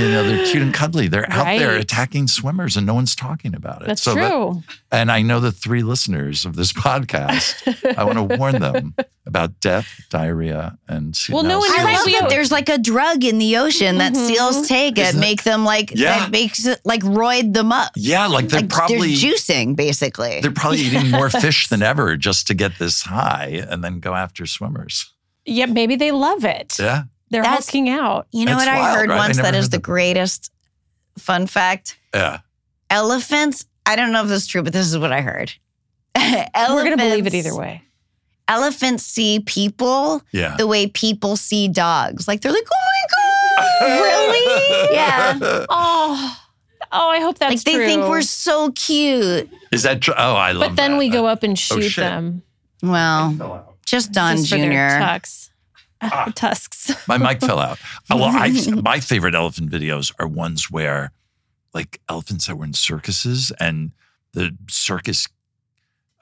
A: know they're cute and cuddly. They're out there
D: Right.
A: attacking swimmers, and no one's talking about it.
D: That's
A: so that-
D: true.
A: and I know the three listeners of this podcast. I want to warn them about death, diarrhea, and se-
D: Well, no
A: now
D: one
A: seals
C: I love
D: we
A: do
D: have-
C: that
A: it.
C: there's like a drug in the ocean that
D: Mhm.
C: seals take that
A: Isn't it-
C: make them like
A: Yeah.
C: that makes it like roid them up.
A: Yeah, like they're
C: like
A: probably
C: they're juicing basically.
A: they're probably eating more fish than ever just to get this high and then go after swimmers.
D: Yeah, maybe they love it.
A: Yeah.
D: They're
C: That's-
D: hulking out.
C: you know
A: That's
C: what I
A: wild,
C: heard
A: right? I
C: once
A: never
C: that is
A: heard
C: the
A: that.
C: greatest fun fact.
A: Yeah.
C: Elephants, I don't know if this is true, but this is what I heard. elephants,
D: We're gonna believe it either way.
C: Elephants see people
A: Yeah.
C: the way people see dogs. Like they're like, oh my god.
D: Really?
C: Yeah.
D: Oh, oh, I hope that's
C: like they
D: true.
C: think we're so cute.
A: Is that true? Oh, I love
D: But then
A: that. Oh,
D: we go up and shoot
A: shit.
D: them
C: Well, just Don
D: just for their
C: Jr.
D: tucks,
A: Ah.
D: tusks.
A: Uh, My mic fell out. Oh, well, I my favorite elephant videos are ones where, like, elephants that were in circuses and the circus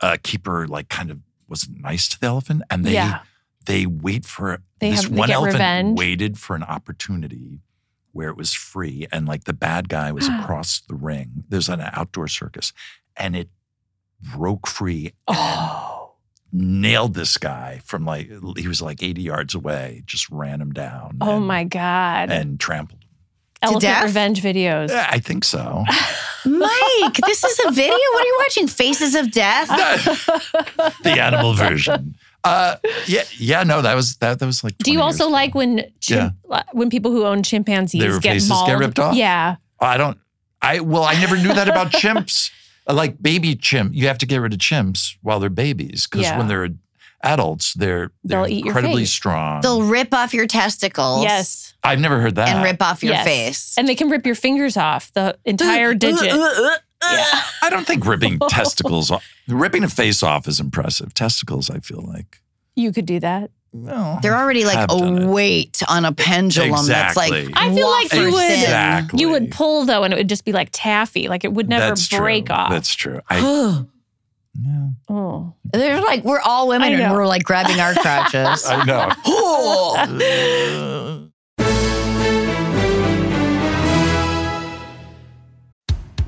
A: uh, keeper like kind of wasn't nice to the elephant, and they
D: Yeah.
A: they wait for
D: They
A: this
D: have- they
A: one
D: get
A: elephant
D: revenge.
A: waited for an opportunity where it was free, and like the bad guy was across the ring. There's an outdoor circus, and it broke free
D: Oh,
A: nailed this guy from like he was like 80 yards away just ran him down
D: oh
A: and,
D: my god!
A: and trampled him.
D: Elephant
C: death?
D: revenge videos.
A: yeah, i think so
C: Mike, this is a video. What are you watching? Faces of Death?
D: Uh,
A: the animal version uh yeah yeah no that was that that was like
D: Do you
A: 20 years
D: also
A: ago.
D: like when chim- when people who own chimpanzees
A: Their
D: get
A: faces get
D: mauled?
A: ripped off?
D: Yeah,
A: i don't i well i never knew that about chimps Uh, like baby chimp you have to get rid of chimps while they're babies because
D: Yeah.
A: when they're adults they're they're
D: They'll eat your
A: incredibly
D: face.
A: strong
C: They'll rip off your testicles.
D: yes,
A: i've never heard that
C: And rip off your
D: yes.
C: face.
D: and they can rip your fingers off the entire digit. yeah.
A: i don't think ripping testicles off ripping a face off is impressive testicles i feel like
D: You could do that.
A: well,
C: They're already like
A: Have
C: a
A: done it.
C: weight on a pendulum that's like
A: Exactly.
D: I feel like you would-
C: wafer-thin.
A: Exactly.
D: You would pull though, and it would just be like taffy. Like it would never
A: That's
D: break
A: true.
D: off.
A: That's true. I, yeah,
D: oh.
C: They're like we're all
D: I
C: women and
D: know.
C: we're like grabbing our crotches.
A: I know.
C: oh,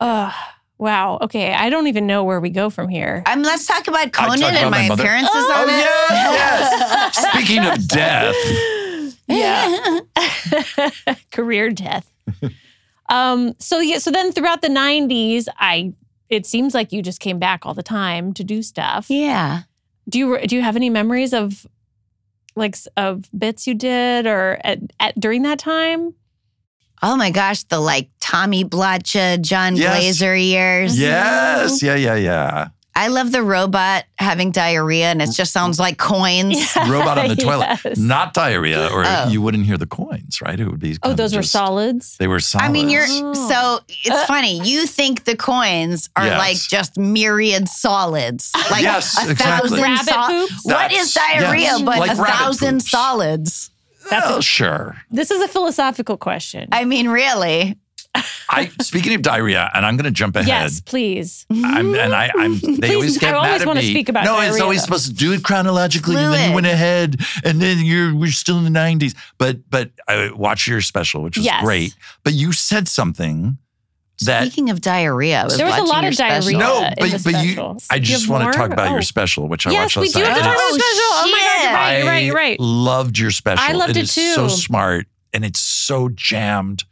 D: Ugh. Wow. Okay. I don't even know where we go from here.
C: um, let's talk about
A: I talked
C: Conan
A: about
C: and
A: my
C: my,
A: mother.
C: appearances
A: oh
C: on it.
A: yes, yes. Speaking of death,
D: yeah. Career death. um. So yeah. So then throughout the '90s, I it seems like you just came back all the time to do stuff.
C: Yeah.
D: Do you do you have any memories of like s- of bits you did or at, at during that time?
C: Oh my gosh, the like Tommy Blatcha, John
A: Yes.
C: Blazer years.
A: yes, yeah, yeah, yeah.
C: I love the robot having diarrhea and it just sounds like coins.
A: Robot on the toilet,
D: Yes.
A: not diarrhea, or
C: Oh.
A: you wouldn't hear the coins, right? It would be.
D: Oh,
A: kinda
D: those were
A: just-
D: solids.
A: They were solid.
C: I mean, you're
D: Oh.
C: so it's funny. You think the coins are
A: Yes.
C: like just myriad solids, like
A: Yes,
C: a
A: exactly.
C: thousand
D: Rabbit
C: sol-
D: poops?
C: What is
A: That's-
C: diarrhea
A: yes,
C: but
A: like
C: a
A: rabbit
C: thousand
A: poops.
C: solids?
A: Well, sure.
D: This is a philosophical question.
C: I mean, really?
A: I speaking of diarrhea, and I'm going to jump ahead.
D: Yes, please.
A: I'm, and I, I'm. They
D: Please,
A: always
D: I
A: get
D: always
A: mad at
D: wanna
A: me.
D: speak about
A: no, it's
D: diarrhea,
A: always
D: though.
A: supposed to do it chronologically, and then
C: Fluid.
A: you went ahead, and then you're we're still in the '90s. But but I watched your special, which was
D: Yes.
A: great. But you said something that
C: Speaking of diarrhea, I was
D: There was a
C: watching
D: lot
C: your
D: of diarrhea.
C: special.
A: no,
D: in
A: but
D: the
A: but you.
D: special.
A: I
D: Do you
A: just
D: have
A: want to talk
D: more?
A: about
D: Oh.
A: your special, which I
D: yes,
A: watched
D: we
A: last
D: do have
A: night.
D: to talk
A: and
D: about
C: Oh,
D: the special. Oh my God,
C: shit.
D: you're right, you're right,
A: I
D: you're right.
A: Loved your special.
D: I loved it
A: is So
D: too.
A: smart, and it's so jammed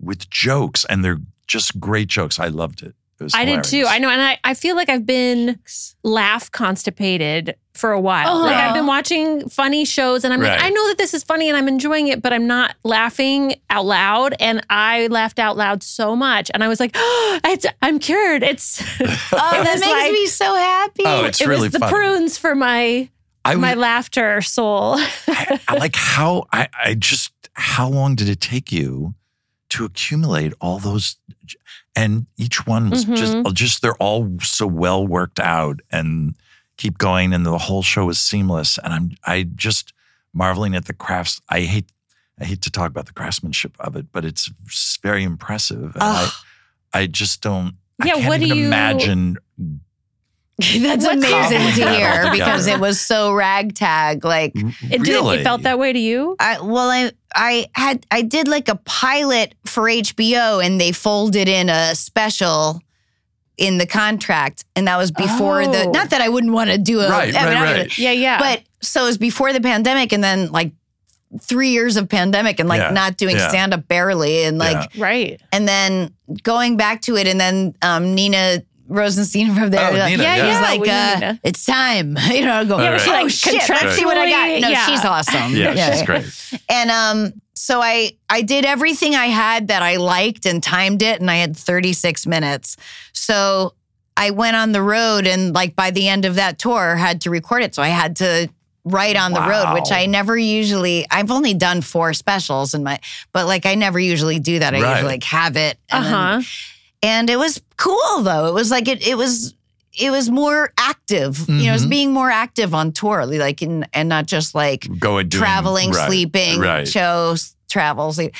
A: with jokes, and they're just great jokes. I loved it. It was
D: I did too.
A: hilarious.
D: I know. And I, I feel like I've been laugh constipated for a while. Like
A: Right.
C: Uh-huh.
D: I've been watching funny shows and I'm
A: Right.
D: like, I know that this is funny and I'm enjoying it, but I'm not laughing out loud. And I laughed out loud so much. And I was like, it's, I'm cured. It's
C: Oh,
D: It
C: that
D: was
C: makes
D: like-
C: me so happy.
A: Oh, it's
D: it
A: really
D: was the
A: funny.
D: prunes for my
A: I was-
D: my laughter soul.
A: I, I like how I, I just how long did it take you to accumulate all those and each one was
D: Mm-hmm.
A: just just they're all so well worked out and keep going and the whole show is seamless and I'm I just marveling at the crafts I hate I hate to talk about the craftsmanship of it but it's very impressive and I,
C: Ugh.
A: I just don't
D: Yeah,
A: I can't
D: what do
A: even
D: you-
A: imagine
C: That's
D: What's
C: amazing to
A: happening?
C: hear
A: Yeah.
C: because it was so ragtag. Like,
D: It
A: really
D: did. It felt that way to you?
C: I, well, I I had I did like a pilot for HBO, and they folded in a special in the contract, and that was before the.
D: Oh.
C: Not that I wouldn't want to do a.
A: Right,
C: I
A: right,
C: I don't
A: right.
C: even-
D: Yeah, yeah.
C: But so it was before the pandemic, and then like three years of pandemic, and like
A: Yeah,
C: not doing
A: yeah.
C: stand up barely, and like
A: Yeah.
D: right.
C: and then going back to it, and then um, Nina Rosenstein from there.
A: Oh,
C: like,
A: Nina, Yeah, yeah.
C: She's
D: yeah,
C: like,
D: we knew
C: uh,
D: Nina.
C: it's time. You know, I go,
A: Yeah, but she,
C: oh
D: like,
C: shit, let's see what I got. No,
D: contractually-
C: she's
D: um,
C: awesome.
A: yeah, she's great
C: And um, so I I did everything I had that I liked and timed it, and I had 36 minutes. So I went on the road, and like by the end of that tour, had to record it. So I had to write on the road, which
A: Wow.
C: I never usually. I've only done four specials in my, but like I never usually do that. I
A: Right.
C: usually like have it.
D: Uh
C: and
D: huh.
C: then- and it was cool though. It was like it it was it was more active. You know, it was
A: Mhm.
C: being more active on tour, like in, and not just like
A: go and doing-
C: traveling,
A: right,
C: sleeping,
A: right.
C: shows, travel, sleep.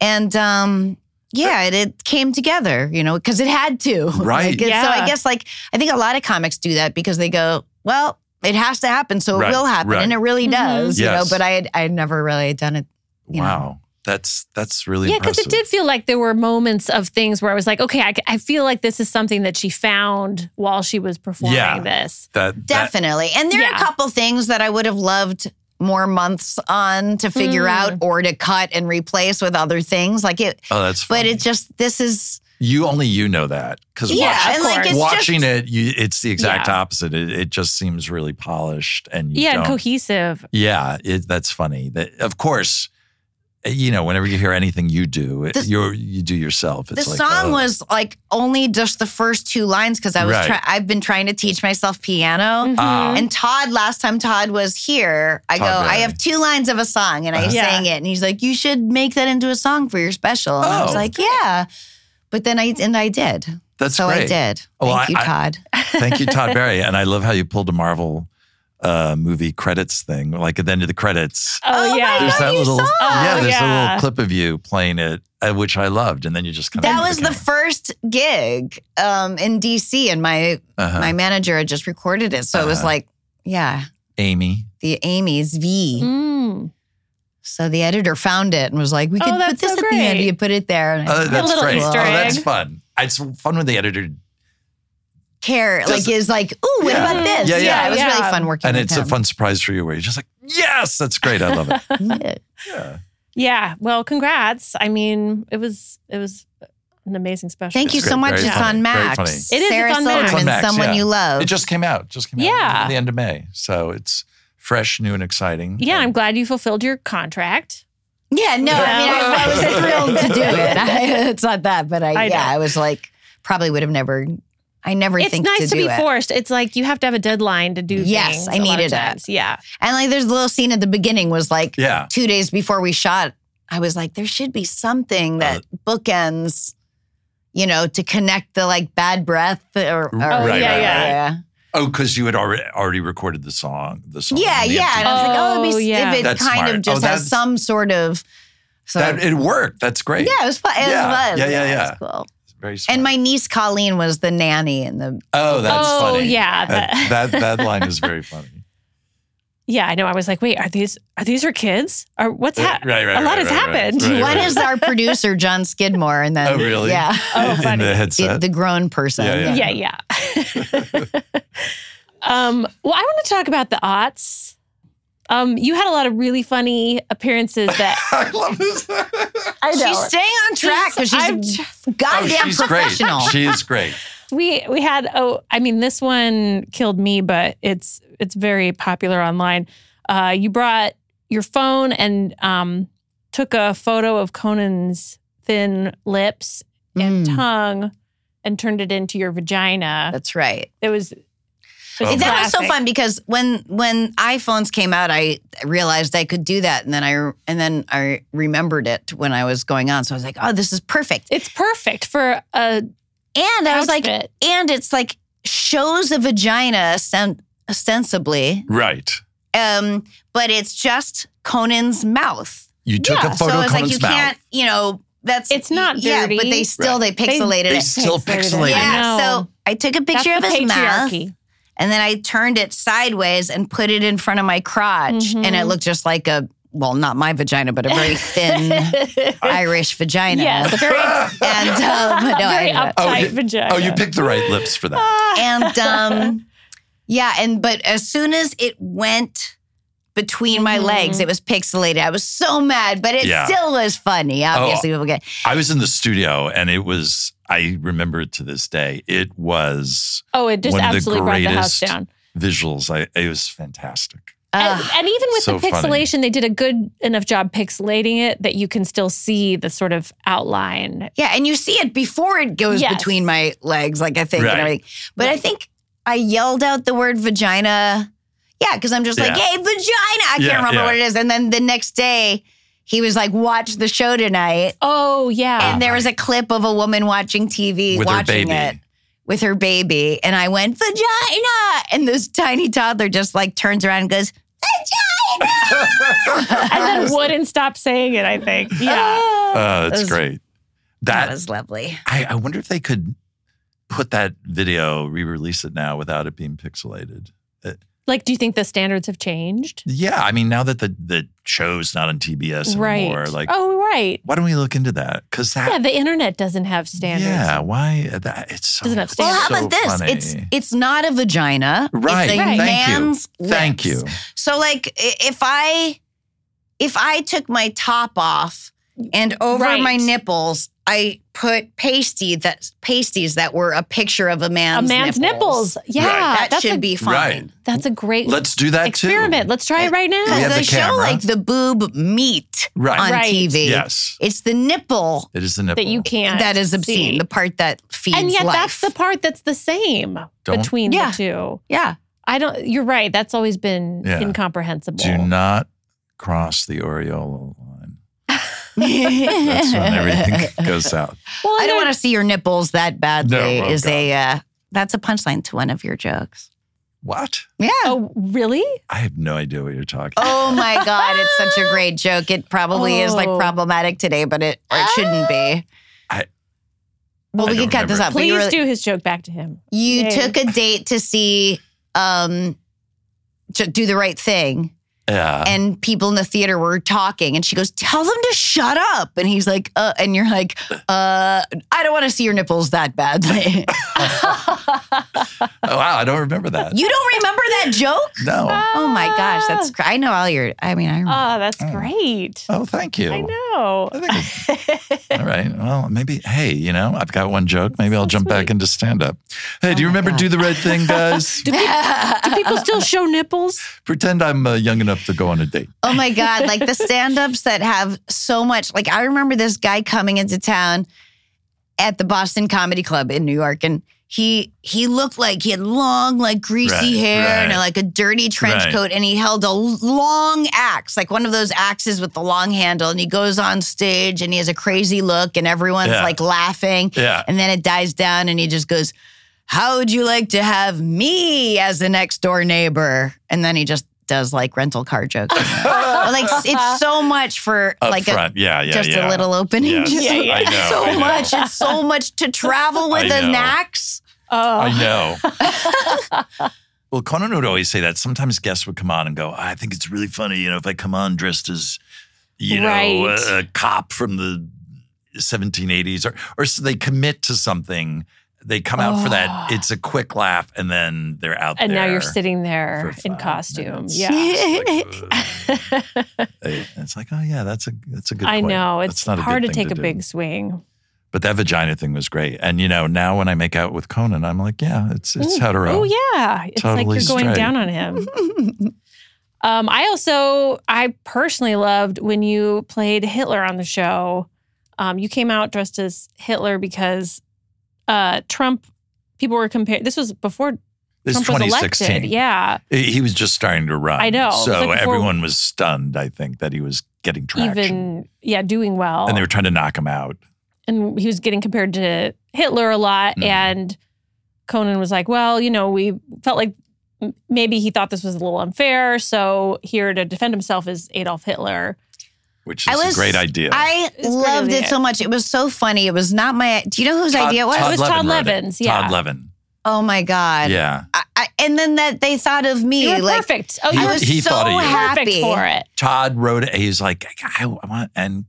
C: And um, yeah, it, it came together, you know, because it had to.
A: Right.
C: Like, and So I
D: Yeah.
C: guess like I think a lot of comics do that because they go, well, it has to happen, so
A: Right,
C: it will happen,
A: right.
C: and it really
D: Mhm.
C: does, you know.
A: Yes.
C: But I had I had never really done it. you know.
A: Wow. That's that's really
D: Yeah, because
A: impressive.
D: it did feel like there were moments of things where I was like, okay, I, I feel like this is something that she found while she was performing
A: Yeah.
D: this.
A: That, that-
C: Definitely. And there are
D: Yeah.
C: a couple things that I would have loved more months on to figure
D: Mm.
C: out or to cut and replace with other things. Like it,
A: oh, that's funny.
C: but it just, this is,
A: you only you know that because
C: yeah.
D: watch-
C: and like
D: Of
C: it's
A: watching
C: just,
A: it, you, it's the exact
D: Yeah.
A: opposite. It, it just seems really polished and you
D: Yeah,
A: don't-
D: and
C: Uh,
D: cohesive.
A: yeah. It, that's funny. That of course, eh, you know, whenever you hear anything you do, it,
C: The-
A: you're you do yourself. It's
C: the
A: like,
C: song
A: oh.
C: was like only just the first two lines because I was,
A: Right.
C: try- I've been trying to teach myself piano.
D: Mm-hmm.
A: Ah.
C: uh, And Todd, last time Todd was here, I
A: Todd
C: go, I
A: Barry.
C: have two lines of a song and I
A: Uh-huh.
C: sang it. And he's like, You should make that into a song for your special. And I
A: Oh.
C: was like, Yeah. But then I, and I did.
A: That's
C: so I
A: great.
C: did.
A: Oh,
C: Thank
A: I-
C: you,
A: I-
C: Todd.
A: Thank you, Todd Barry. And I love how you pulled a Marvel uh, movie credits thing. Like at the end of the credits,
D: Oh,
C: Oh,
D: yeah.
C: my
A: there's
C: God,
A: that
C: you
A: little
C: saw
A: yeah,
D: it.
A: there's a
D: Yeah.
A: little clip of you playing it, uh, which I loved. And then you just kind
C: that
A: of
C: was the first gig um, in DC, and my
A: uh
C: my manager had just recorded it, so it was
A: Uh-huh.
C: like, yeah,
A: Amy.
C: the Amy's V.
D: Mm.
C: So the editor found it and was like, we
D: Oh,
C: could put
D: that's
C: this
D: so
C: at the end.
D: great.
C: You put it there. And I
A: Oh,
C: don't
A: that's
D: little
A: great.
D: Easter
A: oh, that's
D: egg.
A: fun. It's fun when the editor,
C: care like
A: Doesn't-
C: is like, ooh, what
A: Yeah.
C: about this?
A: Yeah, yeah.
C: it was really
D: Yeah.
C: fun working.
A: and
C: with
A: it's a
C: him.
A: fun surprise for you where you're just like, yes, that's great. I love it.
C: Yeah.
A: Yeah.
D: Yeah. Well, congrats. I mean, it was it was an amazing special.
C: Thank you
A: That's
C: so
A: great.
C: much.
A: Very
C: It's
A: funny.
C: on
A: Very
C: Max.
A: funny.
D: It is,
C: Sarah
D: it's on Max.
A: It's on
C: Silverman,
A: Max,
C: someone
A: yeah.
C: you love.
A: It just came out. It Just came out
D: Yeah.
A: at the end of May. So it's fresh, new, and exciting.
D: Yeah, I'm
A: And
D: glad you fulfilled your contract.
C: Yeah, no, I mean, I, I was thrilled to do it. I, it's not that, but I,
D: I
C: yeah,
D: know.
C: I was like, probably would have never, I never
D: It's
C: think
D: nice to,
C: do
D: be
C: it.
D: forced. It's like you have to have a deadline to do
C: Yes,
D: things. a
C: I
D: lot of
C: needed it.
D: times. Yeah.
C: And like, there's a little scene at the beginning was like
A: Yeah.
C: two days before we shot. I was like, there should be
A: Uh,
C: something that bookends, you know, to connect the like bad breath or, or
A: Right,
D: right, right.
C: Oh, yeah.
A: Oh, because you had already already recorded the song. The song.
C: Yeah,
A: and the
C: yeah. And I was
A: empty-
C: like, oh,
D: Oh,
C: it'd be,
D: yeah.
C: if it
A: That's
C: kind
A: smart.
C: of
A: Oh,
C: just
A: that's-
C: has some sort of So
A: that it worked. That's great.
C: yeah, it was fun. It
A: Yeah.
C: was fun.
A: Yeah, yeah,
C: it was
A: yeah.
C: cool.
A: It's very smart.
C: And my niece Colleen was the nanny in the.
A: oh, that's
D: oh
A: funny.
D: yeah,
A: That,
D: that-
A: that that line is very funny.
D: yeah. I know. I was like, wait, are these are these her kids? Or
A: Uh,
D: what's happened?
A: Right, right,
D: a lot
A: right,
D: has
A: right, right,
D: happened.
A: right,
C: One
A: right.
C: is our producer John Skidmore, and then
A: Oh, really?
C: Yeah,
D: Oh,
A: In
D: funny.
A: the
C: the,
A: headset.
C: the grown person.
A: Yeah,
D: yeah, yeah. um, well, I want to talk about the aughts. Um, you had a lot of really funny appearances that
A: I love this.
D: I
C: She's staying on track because she's a
A: oh,
C: goddamn
A: she's great.
C: professional.
A: She is great.
D: we we had oh I mean this one killed me, but it's it's very popular online. Uh, you brought your phone and um, took a photo of Conan's thin lips and
C: Mm,
D: tongue and turned it into your vagina.
C: that's right.
D: It was, it was
A: Oh,
C: That was so
D: classic.
C: fun because when when iPhones came out, I realized I could do that, and then I and then I remembered it when I was going on. So I was like, "Oh, this is perfect."
D: It's perfect for a
C: And I was like,
D: outfit.
C: and it's like shows a vagina osten- ostensibly,
A: Right.
C: um, but it's just Conan's mouth.
A: You took
D: Yeah,
A: a photo
C: so
A: of
C: it's like
A: Conan's
C: you
A: mouth.
C: can't, you know, that's
D: It's not
C: yeah, but
D: dirty.
C: they still they pixelated
A: they
C: it.
A: still pixelated. it.
D: Yeah. I
C: Yeah,
D: know.
C: so I took a
D: That's
C: picture of
D: the
C: his mouth,
D: patriarchy.
C: and then I turned it sideways and put it in front of my crotch,
D: Mhm.
C: and it looked just like a well, not my vagina, but a very thin Irish vagina.
D: yes, a very,
C: and um, no,
D: very uptight
C: I,
A: Oh, you-
D: vagina. Ah.
A: Oh, you picked the right lips for that.
C: and um, yeah, and but as soon as it went between my legs, it was pixelated. I was so mad, but it
A: Yeah.
C: still was funny. Obviously, people get
A: I was in the studio and it was, I remember it to this day, it was
D: Oh, it just
A: One of the
D: absolutely brought the house
A: greatest-
D: down.
A: visuals. I, it was fantastic.
D: And,
C: uh,
D: and even with
A: so
D: the
A: funny.
D: pixelation, they did a good enough job pixelating it that you can still see the sort of outline.
C: yeah, and you see it before it goes
D: Yes.
C: between my legs, like I think.
A: Right.
C: And everything. But I
D: Right.
C: think I yelled out the word vagina. Yeah, because I'm just like,
A: Yeah.
C: hey, vagina. I
A: Yeah,
C: can't remember
A: yeah.
C: what it is. And then the next day, he was like, watch the show tonight.
D: Oh yeah,
C: and there was a
A: right.
C: clip of a woman watching TV,
A: Uh-huh. With her
C: watching
A: baby.
C: it with her baby, and I went vagina, and this tiny toddler just like turns around and goes vagina.
D: and then wouldn't stop saying it. I think. Yeah,
A: Oh, that's
C: was-
A: great.
C: "Ah." that
A: That,
C: was lovely.
A: I, I wonder if they could put that video, re release it now without it being pixelated.
D: like, do you think the standards have changed?
A: Yeah. I mean, now that the, the show's not on TBS anymore,
D: Right.
A: like,
D: oh right.
A: why don't we look into that? Because that,
D: Yeah, the internet doesn't have standards.
A: Yeah, why that it's so
D: Doesn't have
A: it's
D: Well,
C: Well, how
A: so
C: about this?
A: funny.
C: It's it's not a vagina.
A: right.
C: It's a
A: Thank you.
D: Right.
C: man's lips.
A: Thank you.
C: So like i- if I if I took my top off and over
D: Right.
C: my nipples, I put pasty that pasties that were a picture of a
D: a
C: man's
D: man's nipples. Yeah,
C: That
D: that's
C: should
D: a,
C: be fine.
A: Right.
D: That's a great
A: Let's do that
D: experiment.
A: too.
D: Let's try it right now.
A: We have
C: Because they
A: the
C: show
A: camera.
C: like the boob meat
A: Right.
C: on
D: Right.
C: TV.
A: Yes.
C: It's the nipple
A: It is the nipple.
D: That you can't.
C: that is obscene,
D: see.
C: the part that feeds
D: and yet,
C: life.
D: that's the part that's the same
A: Don't-
D: between
C: Yeah.
D: the two.
C: yeah.
D: I don't. You're right. That's always been
A: Yeah.
D: incomprehensible.
A: do not cross the areola line. That's when everything goes south.
D: Well,
C: I don't want to see your nipples that badly.
A: No, oh
C: is
A: God.
C: a uh, that's a punchline to one of your jokes.
A: What?
C: Yeah. Oh,
D: Oh, really?
A: I have no idea what you're talking.
C: my God, it's such a great joke. It probably is like
D: Oh.
C: problematic today, but it or it shouldn't be.
A: I-
C: well,
A: I
C: we
A: don't
C: can cut this
A: remember.
C: up. but
D: Please
C: you were-
D: do his joke back to him.
C: You
D: Yay.
C: took a date to see um to do the right thing.
A: Yeah.
C: and people in the theater were talking and she goes tell them to shut up and he's like uh, and you're like uh, i don't want to see your nipples that badly
A: oh wow, I don't remember that.
C: you don't remember that joke
A: no.
C: oh my gosh
D: Ah.
C: that's cr- i know all your i mean i remember
D: Oh, that's
A: Oh.
D: great.
A: Oh, thank you.
D: I know.
A: I think All right. Well, maybe. Hey, you know, I've got one joke. Maybe I'll jump back into stand up. Hey,
C: Oh
A: do you remember do the right thing, guys?
D: Do people still show nipples?
A: Pretend I'm uh, young enough to go on a date.
C: Oh my God. Like the stand ups that have so much. Like, I remember this guy coming into town at the Boston Comedy Club in New York, and he he looked like he had long, like greasy
A: Right,
C: hair and
A: right.
C: like a dirty trench
A: Right.
C: coat, and he held a l- long axe, like one of those axes with the long handle. And he goes on stage and he has a crazy look, and everyone's
A: Yeah.
C: like laughing.
A: Yeah.
C: And then it dies down, and he just goes, How would you like to have me as the next door neighbor? And then he just does like rental car jokes. But, like it's so much for
A: Up
C: like a,
A: front. yeah, yeah,
C: just
A: yeah.
C: a little opening.
A: Yes.
C: joke.
D: Yeah, yeah.
A: I know,
C: so
A: I know.
C: much. It's so much to travel with
A: I
C: an
A: know.
C: axe.
D: Oh,
A: I know. well, Conan would always say that. Sometimes guests would come on and go, I think it's really funny, you know, if I come on dressed as, you know,
D: Right.
A: a, a cop from the 1780s or, or so they commit to something. They come out for that. It's a quick laugh and then they're out
D: Oh. and
A: there.
D: now you're sitting
A: for
D: there in
A: five
D: costume.
A: minutes.
D: Yeah.
A: It's like, uh, hey, it's like, oh yeah, that's a that's a good.
D: I
A: point.
D: know.
A: That's
D: It's
A: not a good
D: hard to
A: thing
D: take a
A: do.
D: big swing.
A: But that vagina thing was great, and you know now when I make out with Conan, I'm like, yeah, it's it's hetero.
D: Oh, yeah. It's like
A: Totally
D: you're going
A: straight.
D: down on him. um, I also, I personally loved when you played Hitler on the show. Um, you came out dressed as Hitler because uh, Trump, people were compared. This was before
A: This is
D: Trump was
A: 2016.
D: elected. Yeah.
A: He he was just starting to run.
D: I know. It was
A: So
D: like before-
A: everyone was stunned, I think, that he was getting traction.
D: Even, yeah, doing well.
A: and they were trying to knock him out.
D: and he was getting compared to Hitler a lot.
A: Mhm.
D: And Conan was like, well, you know, we felt like m- maybe he thought this was a little unfair. So here to defend himself is Adolf Hitler.
A: Which
C: I
A: is
C: was-
A: a great idea.
C: I
D: It's great
C: loved
D: idea.
C: it so much. It was so funny. It was not my. Do you know whose
A: Todd-
C: idea it was?
A: Todd
D: It was
A: Levin
D: Todd
A: wrote it.
D: Levin's, yeah.
A: Todd Levin.
C: oh my god.
A: Yeah.
C: I, I, and then that they thought of me
D: You were
C: like
D: perfect. Oh,
A: He-
D: you
C: I
D: were
C: was
A: he
C: so
A: thought of you.
D: perfect
C: happy
D: for it.
A: Todd wrote it. He's like, I, I want, and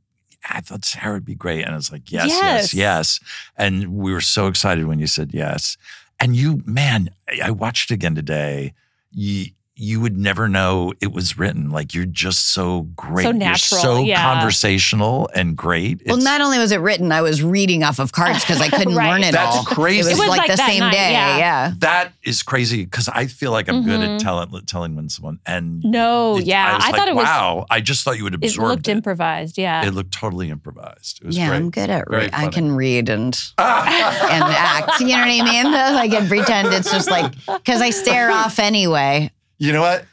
A: I thought Sarah would be great. And I was like, yes, yes,
D: Yes.
A: yes. And we were so excited when you said yes. And you, man, I, I watched it again today. You, you would never know it was written. Like you're just so great.
D: So
A: You're
D: natural,
A: so
D: yeah.
A: conversational and great.
C: Well,
A: It's-
C: not only was it written, I was reading off of cards because I couldn't
D: Right.
C: learn it
A: That's
C: all.
A: crazy.
C: It
D: It
C: was,
D: was
C: like,
D: like
C: the
D: that
C: same
D: night,
C: day.
D: yeah.
C: Yeah.
A: That is crazy because I feel like I'm good at
D: Mhm.
A: telling telling when someone and
D: No,
A: it-
D: yeah.
A: I, was
D: I
A: like,
D: thought it was-
A: wow. I just thought you would
D: It
A: absorb
D: looked
A: it.
D: improvised. Yeah.
A: It looked totally improvised. It was
C: Uh, Yeah,
A: great.
C: I'm good at.
A: Very
C: Re- I
A: funny.
C: can read and and act. You know what I mean? I can pretend it's just like because I stare off anyway.
A: You know what?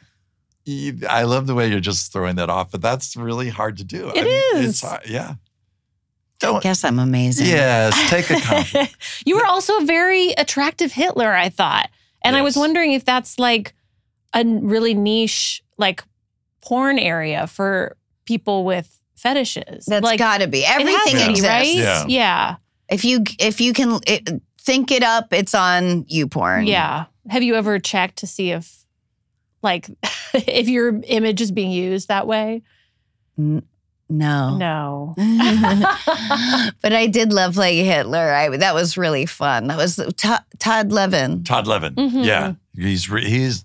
A: You- I love the way you're just throwing that off, but that's really hard to do. It
D: It
A: is.
D: is.
A: yeah.
C: I guess I'm amazing.
A: Yes, take a compliment.
D: you were also a very attractive Hitler, I thought. And I was
A: Yes.
D: wondering if that's like a really niche, like porn area for people with fetishes.
C: That's
D: like,
C: got to be
D: It has
C: everything
D: to be,
C: exists.
D: right?
A: Yeah.
D: yeah.
C: If you if you can it, think it up, it's on you porn.
D: Yeah. Have you ever checked to see if, like, if your image is being used that way?
C: No.
D: No.
C: but I did love playing Hitler. I, that was really fun. That was Todd, Todd Levin.
A: Todd Levin.
D: Mhm.
A: Yeah. He's re- he's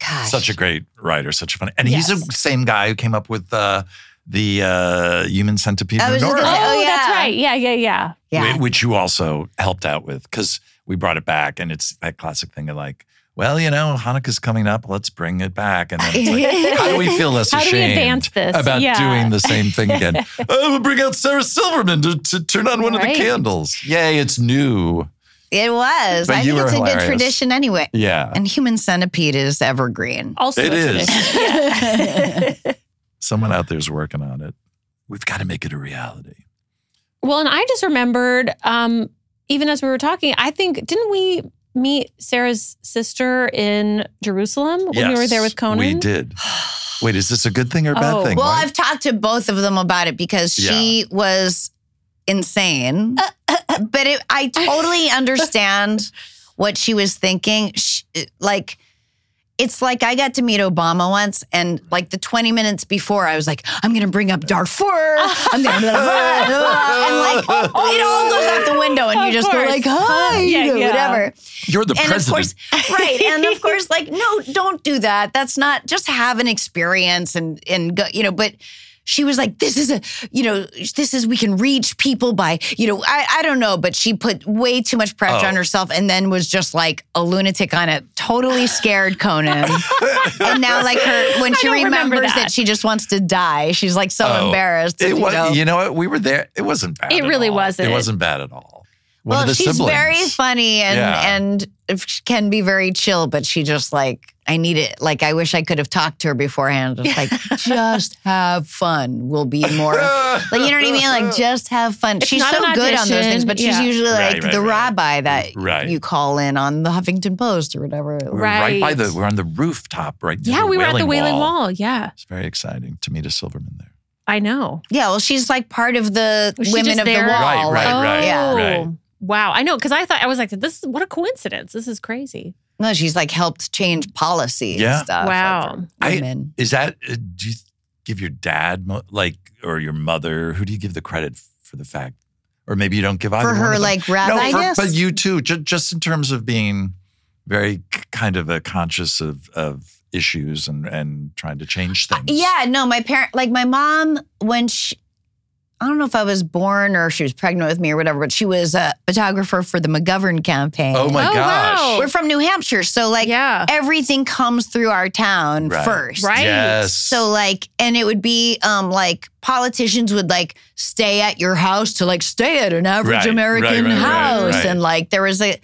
C: Mm-hmm. Gosh.
A: such a great writer, such a funny. And he's the
D: Yes.
A: same guy who came up with uh, the uh, human centipede
C: I was just
A: Nora,
C: gonna say,
D: Oh,
C: Oh,
D: that's
C: yeah.
D: right. Yeah, yeah, yeah.
C: yeah.
A: whi- which you also helped out with because we brought it back. And it's that classic thing of like, well, you know, Hanukkah's coming up. Let's bring it back. And then it's like, How do we feel less
D: How do we
A: ashamed
D: advance this?
A: about
D: Yeah.
A: doing the same thing again? oh, we'll bring out Sarah Silverman to, to turn on one of
D: Right.
A: the candles. Yay, it's new.
C: It was.
A: But
C: I
A: you
C: think
A: were
C: it's a
A: hilarious.
C: good tradition anyway.
A: Yeah.
C: And human centipede is evergreen.
D: Also,
A: It
D: a
A: is.
D: tradition. Yeah.
A: Someone out there's working on it. We've got to make it a reality.
D: Well, and I just remembered, um, even as we were talking, I think didn't we meet Sarah's sister in Jerusalem when we were there
A: Yes,
D: with Conan?
A: We did. Wait, is this a good thing or a bad
D: Oh.
A: thing?
C: Well,
A: Why-
C: I've talked to both of them about it because she was insane. but it, I totally understand what she was thinking. She, like, it's like I got to meet Obama once, and like the 20 minutes before, I was like, I'm going to bring up Darfur. I'm going to, blah, blah, blah," and like, it all goes out the window, and you
D: Of
C: just
D: course.
C: go, like, hi,
D: Yeah,
C: you know,
D: yeah.
C: whatever
A: You're the
C: and
A: president.
C: of course, right? And of course, like no, don't do that. That's not just have an experience and and go, you know. But she was like, this is a you know, this is we can reach people by you know, I I don't know, but she put way too much pressure
A: Oh.
C: on herself, and then was just like a lunatic on it, totally scared Conan. and now like her when
D: I
C: she
D: don't remember
C: remembers that.
D: that.
C: she just wants to die, she's like so
A: Oh,
C: embarrassed.
A: It
C: you
A: was,
C: know?
A: you know what? We were there. It wasn't bad.
D: It
A: at
D: really
A: all.
D: wasn't.
A: It wasn't bad at all. One
C: well,
A: of the
C: she's
A: siblings.
C: very funny and
A: Yeah.
C: and if- can be very chill, but she just like I need it. Like I wish I could have talked to her beforehand. Just like just have fun. We'll be more. Like you know what I mean? Like just have fun.
D: It's
C: she's
D: not
C: so
D: an
C: good on those
D: audition.
C: things, but she's
D: Yeah.
C: usually
A: Right,
C: like
A: right,
C: the
A: right.
C: rabbi that
A: Right.
C: you call in on the Huffington Post or whatever.
A: We're right. by
D: Right.
A: the. We're on the rooftop right near
D: yeah,
A: the
D: we were at the
A: Wailing
D: Wailing Wall. Yeah,
A: It's very exciting to meet a Silverman there.
D: I know.
C: Yeah, well, she's like part of the
D: Was she
C: women
D: just
C: of the
D: there?
C: wall.
A: Right,
C: like,
D: oh,
A: right,
C: yeah.
A: right.
D: wow. I know because I thought I was like, this is what a coincidence. This is crazy.
C: No, she's like helped change policy
A: Yeah.
C: and stuff.
D: Wow.
C: for
A: I-
C: women.
A: Is that? uh, Do you give your dad mo- like or your mother? Who do you give the credit for the fact? Or maybe you don't give either
C: for
A: one of
C: her
A: them.
C: like rabbi
A: no,
C: ness
A: for, but you too. Ju- just in terms of being very k- kind of a conscious of of issues and and trying to change things.
C: Uh, yeah no my parent like my mom when she i don't know if i was born or she was pregnant with me or whatever but she was a photographer for the mcgovern campaign
A: Oh my
D: Oh,
A: gosh.
D: wow.
C: we're from new hampshire so like
D: yeah.
C: everything comes through our town
A: Right.
C: first
D: Right.
A: Yes.
C: so like and it would be um like politicians would like stay at your house to like stay at an average
A: Right, right, right,
C: American
A: right,
C: house
A: right.
C: and like there was a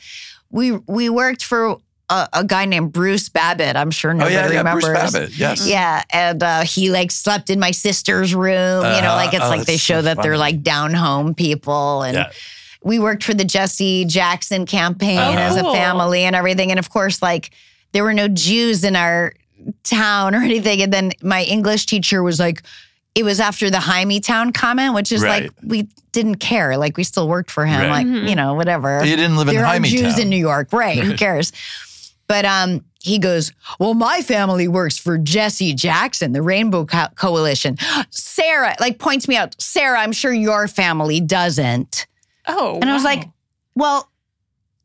C: we we worked for a, a guy named Bruce Babbitt I'm sure
A: oh
C: nobody
A: yeah, yeah,
C: remembers
A: Bruce Babbitt. Yes.
C: yeah, and uh, he like slept in my sister's room. you know,
A: Uh-huh.
C: like it's
A: Oh,
C: like they
A: that's
C: show
A: so
C: that they're
A: funny.
C: like down home people, and
A: Yeah.
C: we worked for the Jesse Jackson campaign
A: Oh,
C: as a
D: cool.
C: family and everything. And of course, like there were no Jews in our town or anything. And then my English teacher was like. It was after the Jaime Town comment, which is
A: Right.
C: like we didn't care. Like we still worked for him.
A: Right.
C: Like you know, whatever
A: You didn't live in
C: there are
A: Jaime
C: Jews
A: Town.
C: in New York, right? Who cares? But um, he goes, well, my family works for Jesse Jackson, the Rainbow Co- Coalition. Sarah, like, points me out. Sarah, I'm sure your family doesn't.
D: Oh,
C: And I was
D: wow.
C: like, well,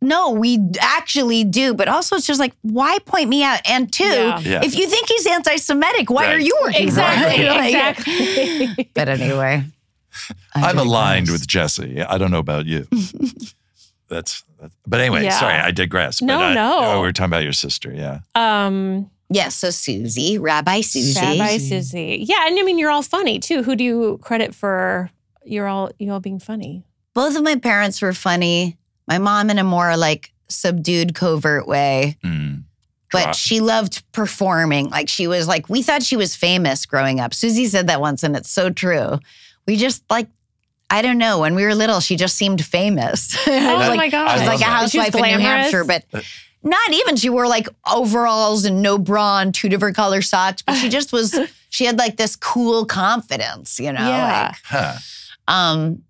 C: no, we actually do. But also, it's just like, why point me out? And two,
D: Yeah.
A: Yeah.
C: if you think he's anti-Semitic, why
A: Right.
C: are you working
D: exactly,
C: for him? Like-
D: exactly.
C: But anyway, I
A: I'm aligned
C: digress.
A: with Jesse. I don't know about you. that's, that's. But anyway,
D: Yeah.
A: sorry, I digress.
D: No,
A: but I-
D: no.
A: oh, we are talking about your sister. Yeah.
D: um,
C: Yes, so Susie, Rabbi Susie.
D: Rabbi Susie. Yeah, and I mean you're all funny too. Who do you credit for? You're all you all being funny.
C: both of my parents were funny. My mom in a more like subdued, covert way,
A: Mm.
C: but
A: Dry.
C: she loved performing. Like she was like, we thought she was famous growing up. Susie said that once, and it's so true. We just like, I don't know. When we were little, she just seemed famous. oh
D: Oh
C: like,
D: my
C: She
D: god!
C: was
A: I
C: like a
A: love Uh,
D: She's
C: housewife in New
D: glamorous.
C: Hampshire, but not even. She wore like overalls and no bra and two different color socks, but she just was. She had like this cool confidence, you know.
D: Yeah.
C: like-
A: Huh.
C: um,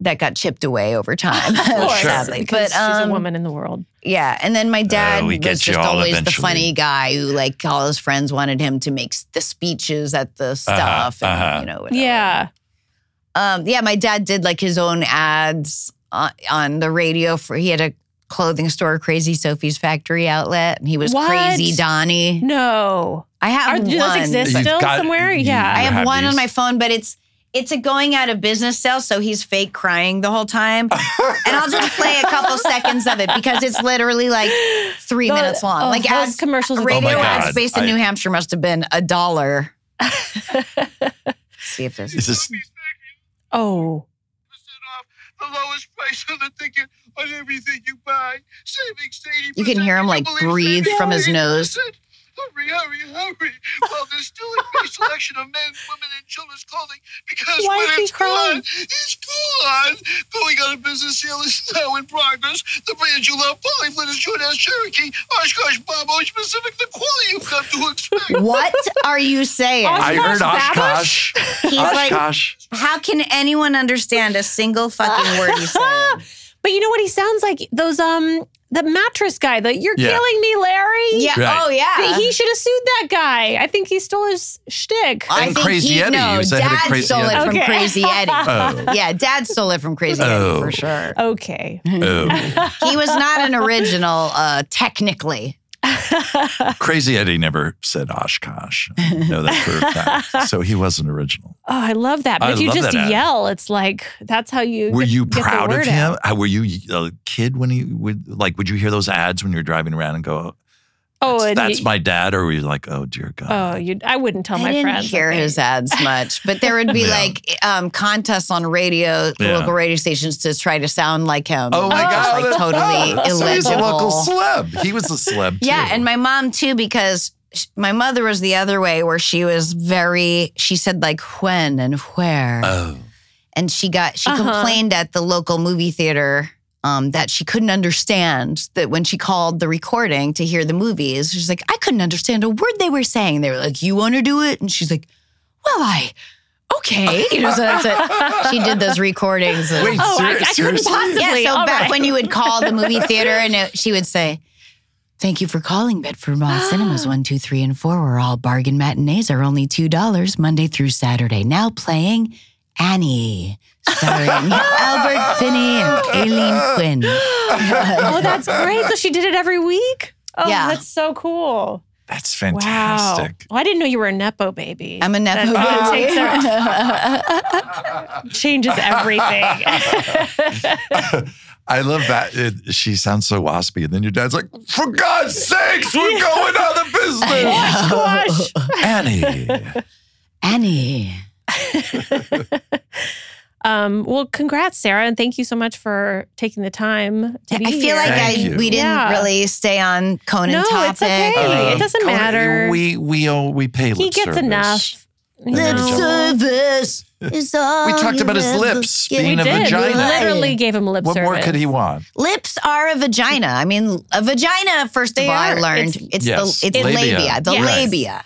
C: that got chipped away over time,
D: of course,
C: sadly.
D: because
C: But um,
D: she's a woman in the world.
C: yeah, and then my dad
A: Oh, we
C: was
A: get
C: just
A: you all
C: always the
A: eventually.
C: funny guy who, like, all his friends wanted him to make s- the speeches at the stuff, and
A: uh-huh.
C: you know, whatever.
D: Yeah,
C: um, yeah. My dad did like his own ads on, on the radio for. He had a clothing store, Crazy Sophie's Factory Outlet, and he was
D: What?
C: Crazy Donnie.
D: no.
C: I have
D: Are, do
C: one.
D: those exist
A: You've
D: still
A: got-
D: somewhere?
A: you-
D: yeah.
C: I
A: you
C: have,
A: have
C: one on
A: these.
C: my phone, but it's it's a going out of business sale, so he's fake crying the whole time. and I'll just play a couple seconds of it because it's literally like three
D: Those-
C: minutes long.
D: oh,
C: like
D: those
C: ads,
D: commercials. are
C: radio
A: Oh my
C: ad
A: God.
C: space in
A: I-
C: New Hampshire must have been a dollar. See if this.
A: Is this?
D: Oh,
E: off the lowest price on the ticket on everything you buy, saving 80%.
C: You can hear him, like,
E: Can't believe
C: breathe from his
E: 80%.
C: nose.
E: Hurry, hurry, hurry. While there's still a great selection of men, women, and children's clothing, because
D: Why
E: when
D: is he
E: it's
D: crying?
E: gone, it's gone. Going out of business sale is now in progress. The brand you love, Polyflint, is joined as Cherokee, Oshkosh, Bob, Osh Pacific, the quality you've come to expect.
C: What are you saying?
A: I heard
D: Oshkosh
A: Oshkosh.
C: He's like-
A: Oshkosh.
C: How can anyone understand a single fucking word he's saying?
D: but you know what? He sounds like those um the mattress guy. That you're
A: Yeah.
D: killing me, Larry.
C: Yeah.
A: Right.
C: Oh yeah.
D: That He should have sued that guy. I think he stole his shtick.
C: I
A: And
C: think
A: Crazy
C: he,
A: Eddie. He
C: No,
A: was the head of
C: Dad
A: Crazy
C: stole it
A: Eddie.
C: from
D: Okay.
C: Crazy Eddie.
A: Oh.
C: Yeah, Dad stole it from Crazy Eddie
A: Oh.
C: for sure.
D: Okay.
A: Oh.
C: He was not an original, uh, technically.
A: Crazy Eddie never said Oshkosh. I know that for a fact. So he wasn't original.
D: Oh, I love that. But
A: I
D: if you
A: love
D: just
A: that ad.
D: yell, it's like that's how you.
A: Were
D: get-
A: you
D: get the
A: proud of
D: word
A: him? Uh,
D: out.
A: How- Were you a kid when he would like? Would you hear those ads when you were driving around and go,
D: Oh,
A: That's,
D: and
A: that's
D: you-
A: my dad. Or were you like, oh dear
D: Oh,
A: God?
D: you. I wouldn't tell
C: I
D: my
C: didn't
D: friends. that
C: hear
D: they-
C: his ads much, but there would be
A: Yeah.
C: like um, contests on radio,
A: Yeah.
C: local radio stations to try to sound like him.
A: Oh, my
C: It was,
A: God! Oh,
C: like totally
A: so he's a
C: illegible.
A: local celeb. He was a celeb. Too.
C: Yeah, and my mom too, because sh- my mother was the other way, where she was very. She said like when and where,
A: oh,
C: and she got she
D: Uh-huh.
C: complained at the local movie theater. Um, that she couldn't understand that when she called the recording to hear the movies, she's like, I couldn't understand a word they were saying. They were like, You want to do it? And she's like, Well, I, okay. You know, so that's it. She did those recordings. of-
A: wait,
D: Oh,
A: ser-
D: I- I couldn't
A: seriously?
D: possibly-
C: yeah, so
D: All
C: back
D: right.
C: when you would call the movie theater and it, she would say, Thank you for calling Bedford Mall Cinemas 1, 2, 3, and 4, where all bargain matinees are only $2 Monday through Saturday. Now playing Annie, starring Albert Finney and Aileen Quinn.
D: Oh, that's great. So she did it every week. Oh,
C: Yeah.
D: that's so cool.
A: That's
D: Wow.
A: fantastic.
D: Well, I didn't know you were a nepo baby.
C: I'm a
D: That-
C: nepo
D: that
C: baby.
D: takes out- changes everything.
A: I love that. It, she sounds so waspy. And then your dad's like, for God's sakes, we're going out of business.
D: Gosh.
A: Annie.
C: Annie.
D: Um, well, congrats, Sarah, and thank you so much for taking the time to
C: I
D: be
C: feel
D: here.
C: like I,
A: Thank you.
C: we didn't
D: Yeah.
C: really stay on Conan
D: No, it's
C: topic.
D: okay. Hey, it doesn't
A: Conan,
D: matter.
A: We we owe, we pay lip
D: he gets
A: service.
D: enough. you
A: Lip
D: know.
C: service is all
A: We talked
C: you
A: about his
C: ever
A: lips
C: get.
D: We
A: being a
D: did. We
A: vagina.
D: literally gave him lip
A: What
D: service.
A: more could he want?
C: Lips are a vagina. I mean, a vagina. First
D: They
C: of all, I
D: are.
C: learned
D: It's-
C: it's,
A: Yes.
C: the it's labia,
A: Labia.
C: the
D: Yes.
C: labia.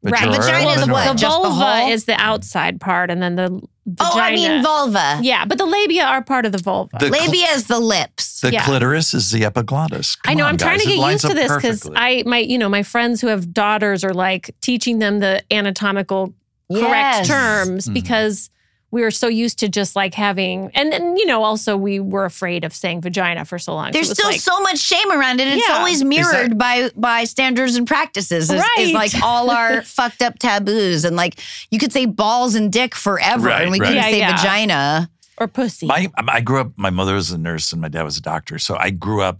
D: Right.
A: Vaginal
C: Vagina
A: organ
C: is
A: and
C: what?
D: The
A: organ.
C: Just the
D: vulva
C: hole?
D: is the outside part, and then the vagina.
C: Oh, I mean vulva.
D: yeah, but the labia are part of the vulva.
A: The cl-
C: Labia is the lips.
A: The
D: Yeah.
A: clitoris is the epiglottis.
D: I
A: Come
D: know.
A: on,
D: I'm trying
A: guys,
D: to
A: it
D: get
A: lines
D: used to
A: up
D: this because
A: perfectly.
D: I, my, you know, my friends who have daughters are like teaching them the anatomical correct
C: Yes.
D: terms
A: Mhm.
D: because we are so used to just like having, and then you know, also we were afraid of saying vagina for so long. So
C: There's
D: it was
C: still
D: like,
C: so much shame around it. It's
D: Yeah.
C: always mirrored by by standards and practices. Is,
D: Right.
C: is like all our fucked up taboos and like you could say balls and dick forever,
A: Right,
C: and we
A: right.
C: couldn't
D: Yeah,
C: say
D: yeah.
C: vagina.
D: or pussy.
A: My, I grew up. My mother was a nurse and my dad was a doctor, so I grew up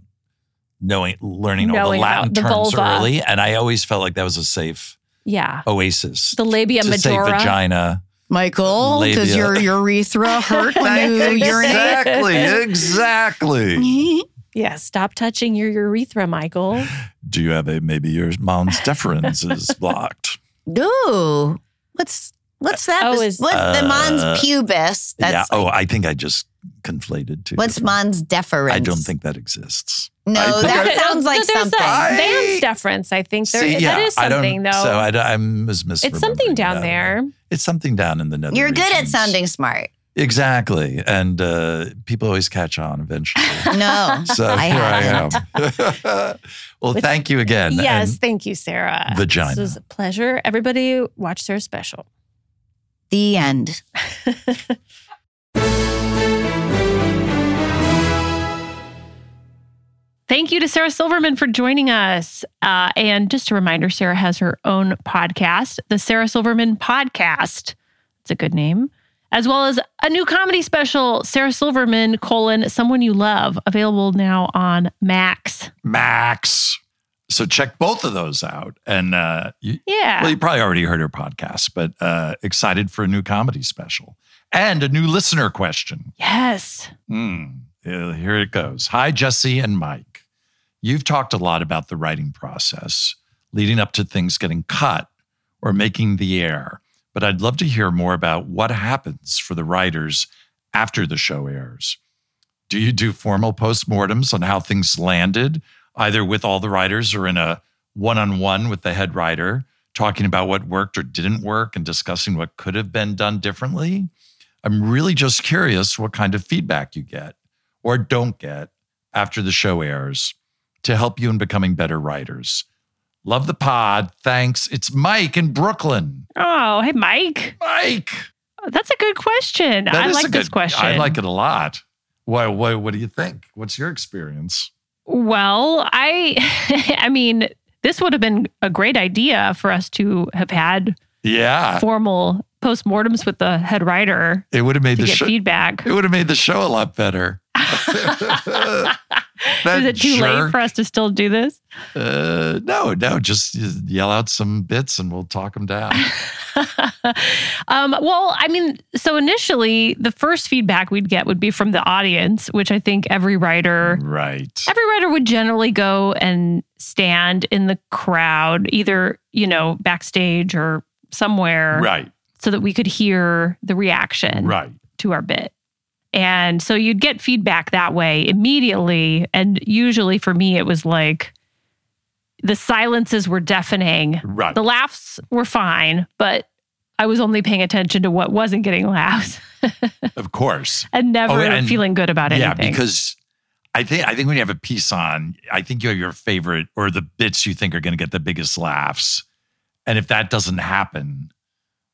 A: knowing, learning all the
D: Knowing
A: Latin
D: about the
A: terms
D: vulva.
A: early, and I always felt like that was a safe
D: yeah,
A: oasis.
D: the labia
A: to say
D: majora.
A: vagina.
C: Michael, does
A: Labia.
C: your urethra hurt when you urinate?
A: exactly, exactly.
D: Yeah, stop touching your urethra, Michael.
A: Do you have a maybe your mom's deferens is blocked?
C: Ooh, what's what's that?
D: Oh,
C: bes-
D: is-
C: what's the
A: Uh,
C: mons pubis? That's
A: yeah. Oh, I think I just conflated two.
C: what's
A: different-
C: mons deferens?
A: I don't think that exists. I
C: No,
A: think
C: that
A: I-
C: sounds like
D: there's
C: something.
D: A
A: I-
D: band's deference, I think. There,
A: See, yeah,
D: that is
A: I don't-
D: something, though.
A: So I, am as
D: it's something down there.
A: It's something down in the nether.
C: You're good at
A: regions.
C: sounding smart.
A: Exactly, and uh, people always catch on eventually.
C: No,
A: So
C: I
A: here I am.
C: haven't.
A: well, thank you again.
D: yes,
A: And
D: thank you, Sarah.
A: Vagina.
D: This was a pleasure. Everybody, watch Sarah's special.
C: The end.
D: Thank you to Sarah Silverman for joining us. Uh, and just a reminder, Sarah has her own podcast, the Sarah Silverman Podcast. It's a good name. As well as a new comedy special, Sarah Silverman, colon, Someone You Love, available now on Max.
A: Max. So check both of those out, and uh, you,
D: Yeah.
A: Well, you probably already heard her podcast, but uh, excited for a new comedy special and a new listener question.
D: yes.
A: Hmm. Uh, here it goes. Hi, Jesse and Mike. You've talked a lot about the writing process leading up to things getting cut or making the air, but I'd love to hear more about what happens for the writers after the show airs. Do you do formal postmortems on how things landed, either with all the writers or in a one on one with the head writer, talking about what worked or didn't work and discussing what could have been done differently? I'm really just curious what kind of feedback you get or don't get after the show airs to help you in becoming better writers. Love the pod. Thanks. It's Mike in Brooklyn.
D: Oh, hey, Mike.
A: Mike.
D: That's a good question.
A: that
D: I
A: is a
D: like this
A: good-
D: question.
A: I like it a lot. Why, why, what do you think? What's your experience?
D: Well, I I mean, this would have been a great idea for us to have had
A: Yeah.
D: formal postmortems with the head writer
A: It would have made
D: to
A: the
D: get
A: show.
D: feedback.
A: It would have made the show a lot better.
B: Is it too late for us to still do this?
A: Uh, no, no, just yell out some bits and we'll talk them down.
B: um, well, I mean, so initially, the first feedback we'd get would be from the audience, which I think every writer,
A: right.
B: every writer would generally go and stand in the crowd, either you know backstage or somewhere,
A: Right.
B: so that we could hear the reaction,
A: Right.
B: to our bit. And so you'd get feedback that way immediately. And usually for me, it was like the silences were deafening.
A: Right.
B: The laughs were fine, but I was only paying attention to what wasn't getting laughs
A: Of course.
B: and never
A: Oh, and-
B: feeling good about
A: Yeah,
B: anything.
A: because I think I think when you have a piece on, I think you have your favorite or the bits you think are going to get the biggest laughs, and if that doesn't happen,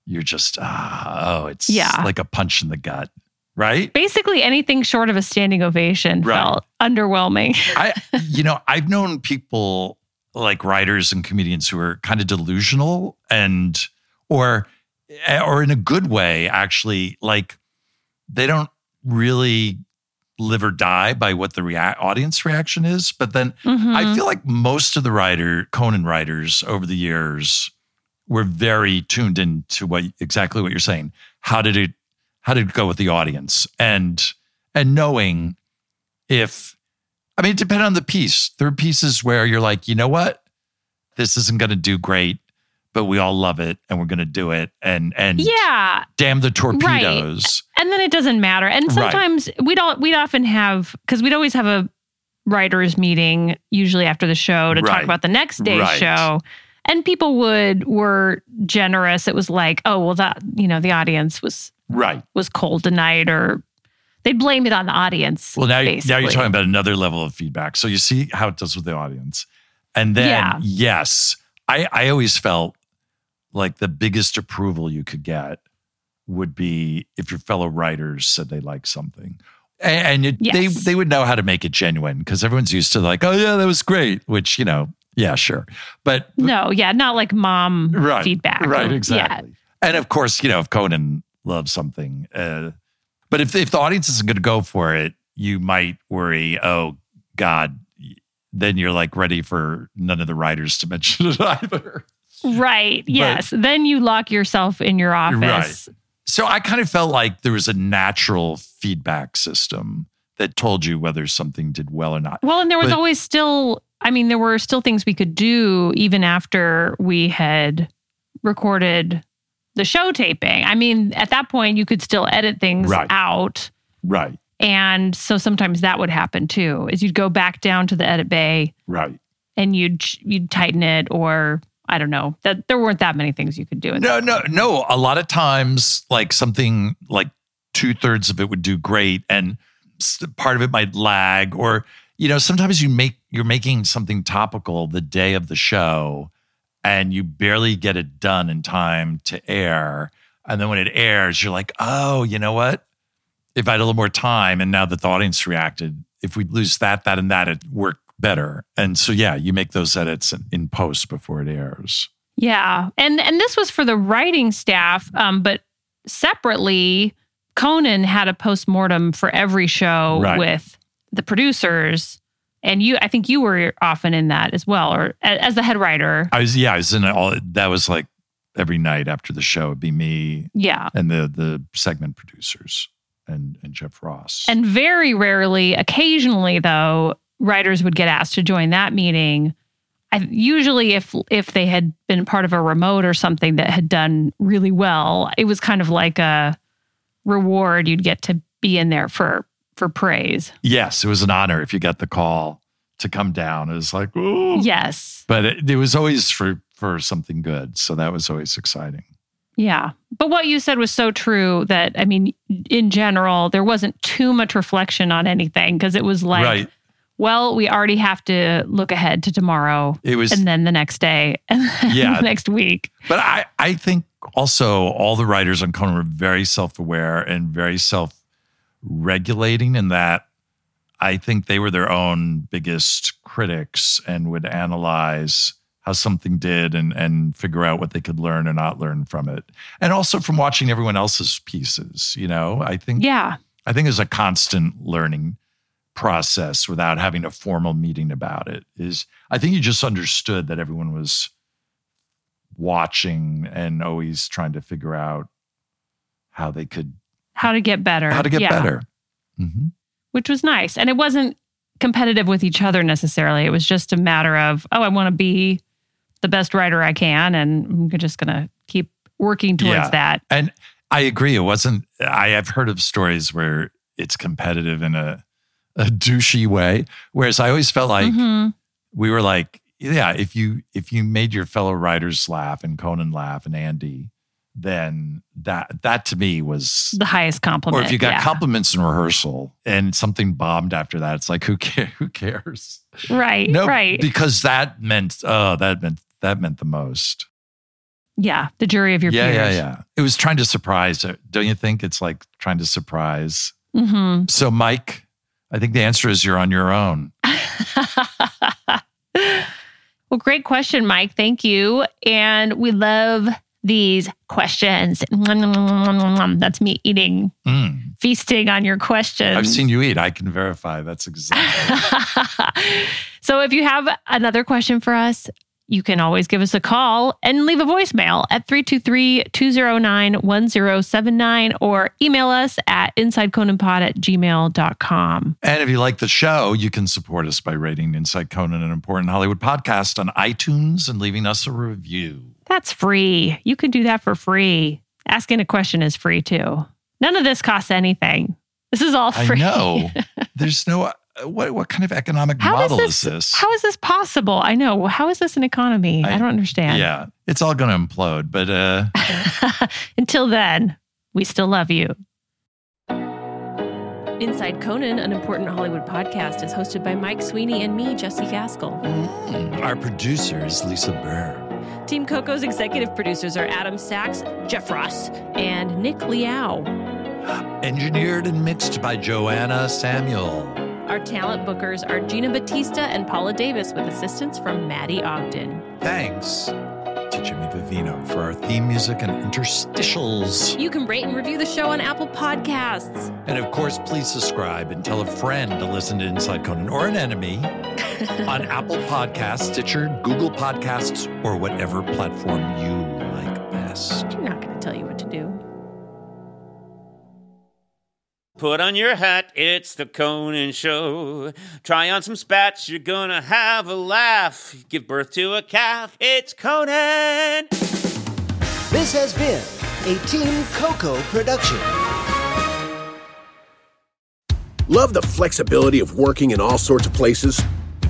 A: you're just ah, oh, it's
B: Yeah.
A: like a punch in the gut, right?
B: Basically, anything short of a standing ovation
A: Right.
B: felt underwhelming.
A: I, you know, I've known people like writers and comedians who are kind of delusional and or eh, or in a good way actually like they don't really live or die by what the rea- audience reaction is but then I
B: Mhm.
A: feel like most of the writer Conan writers over the years were very tuned into what exactly what you're saying. How did it how did it go with the audience? And and knowing if I mean it depended on the piece. There are pieces where you're like, you know what? This isn't gonna do great, but we all love it and we're gonna do it and and
B: yeah.
A: damn the torpedoes.
B: and then it doesn't matter and
A: Right.
B: sometimes we don't we'd often have because we'd always have a writers meeting usually after the show to talk
A: Right.
B: about the next day's
A: Right.
B: show and people would were generous it was like oh well that you know the audience was
A: Right.
B: was cold tonight or they'd blame it on the audience
A: Well, now, now you're
B: basically.
A: talking about another level of feedback. So you see how it does with the audience. And then,
B: Yeah.
A: yes, I, I always felt like the biggest approval you could get would be if your fellow writers said they like something. And, and it,
B: Yes.
A: they, they would know how to make it genuine because everyone's used to like, oh, yeah, that was great, which, you know, yeah, sure. But
B: no yeah not like mom
A: right,
B: feedback
A: Right,
B: Yeah.
A: exactly. And of course, you know, if Conan loves something, uh, but if if the audience isn't going to go for it, you might worry. Oh God, then you're like ready for none of the writers to mention it either.
B: right yes then you lock yourself in your office
A: So I kind of felt like there was a natural feedback system that told you whether something did well or not.
B: Well, and there was
A: But-
B: always still, I mean, there were still things we could do even after we had recorded the show taping. I mean, at that point, you could still edit things
A: Right.
B: out.
A: Right,
B: And so sometimes that would happen too, is you'd go back down to the edit bay
A: right.
B: and you'd you'd tighten it or I don't know. That there weren't that many things you could do. in
A: No, no, no. A lot of times, like something like two thirds of it would do great, and s- part of it might lag, or you know, sometimes you make you're making something topical the day of the show, and you barely get it done in time to air, and then when it airs, you're like, oh, you know what? If I had a little more time, and now that the audience reacted, if we lose that, that, and that, it worked better. And so, yeah, you make those edits in- in post before it airs.
B: Yeah, and and this was for the writing staff, um, but separately, Conan had a postmortem for every show
A: Right.
B: with the producers, and you. I think you were often in that as well, or a- as the head writer.
A: I was yeah, I was in all that was like every night after the show it'd be me
B: Yeah,
A: and the the segment producers and and Jeff Ross.
B: and very rarely, occasionally though, writers would get asked to join that meeting. I, usually, if if they had been part of a remote or something that had done really well, it was kind of like a reward. You'd get to be in there for for praise.
A: yes, it was an honor if you got the call to come down. It was like, oh
B: Yes,
A: but it, it was always for for something good. So that was always exciting.
B: yeah. But what you said was so true that I mean, in general, there wasn't too much reflection on anything because it was like,
A: right.
B: well, we already have to look ahead to tomorrow.
A: It was
B: and then the next day and then
A: Yeah.
B: the next week.
A: But I, I think also all the writers on Conan were very self aware and very self regulating in that I think they were their own biggest critics and would analyze how something did and, and figure out what they could learn or not learn from it. And also from watching everyone else's pieces, you know, I think
B: Yeah.
A: I think there's a constant learning process without having a formal meeting about it is I think you just understood that everyone was watching and always trying to figure out how they could
B: How to get better.
A: how to get
B: Yeah.
A: better. Mhm.
B: Which was nice. And it wasn't competitive with each other necessarily. It was just a matter of, oh, I want to be the best writer I can. And I'm just going to keep working towards
A: Yeah.
B: that.
A: And I agree. It wasn't. I have heard of stories where it's competitive in a a douchey way. Whereas I always felt like
B: Mhm.
A: we were like, yeah, if you if you made your fellow writers laugh and Conan laugh and Andy, then that that to me was.
B: The highest compliment.
A: Or if you got
B: yeah.
A: compliments in rehearsal and something bombed after that, it's like who cares? Who cares?
B: Right.
A: No,
B: right.
A: because that meant oh, that meant that meant the most.
B: yeah. The jury of your
A: yeah,
B: peers.
A: yeah, yeah. It was trying to surprise. uh, Don't you think it's like trying to surprise?
B: Mm-hmm.
A: So, Mike, I think the answer is you're on your own.
B: well, great question, Mike. Thank you. And we love these questions. Nom, nom, nom, nom, nom, nom. That's me eating,
A: Mm.
B: feasting on your questions.
A: I've seen you eat. I can verify. That's exactly.
B: so if you have another question for us, you can always give us a call and leave a voicemail at 323-209-1079 or email us at insideconanpod at gmail.com.
A: and if you like the show, you can support us by rating Inside Conan an important Hollywood podcast on iTunes and leaving us a review.
B: That's free. You can do that for free. Asking a question is free too. None of this costs anything. This is all
A: I
B: free.
A: know. There's no uh, what what kind of economic
B: How is
A: model
B: this?
A: is this?
B: How is this possible? I know. How is this an economy? I,
A: I-
B: don't understand.
A: yeah, it's all going to implode, but uh
B: Until then, we still love you. Inside Conan, an important Hollywood podcast, is hosted by Mike Sweeney and me, Jesse Gaskell.
A: our producer is Lisa Burr.
B: Team Coco's executive producers are Adam Sachs, Jeff Ross, and Nick Liao.
A: Engineered and mixed by Joanna Samuel.
B: Our talent bookers are Gina Batista and Paula Davis, with assistance from Maddie Ogden.
A: Thanks to Jimmy Vivino for our theme music and interstitials.
B: You can rate and review the show on Apple Podcasts.
A: And of course, please subscribe and tell a friend to listen to Inside Conan or an enemy on Apple Podcasts, Stitcher, Google Podcasts, or whatever platform you like best.
B: We're not going to tell you what to do.
F: Put on your hat, it's the Conan Show. Try on some spats, you're gonna have a laugh. Give birth to a calf, it's Conan!
G: This has been a Team Coco production.
H: Love the flexibility of working in all sorts of places?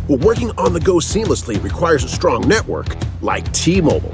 H: Well, working on the go seamlessly requires a strong network like T Mobile.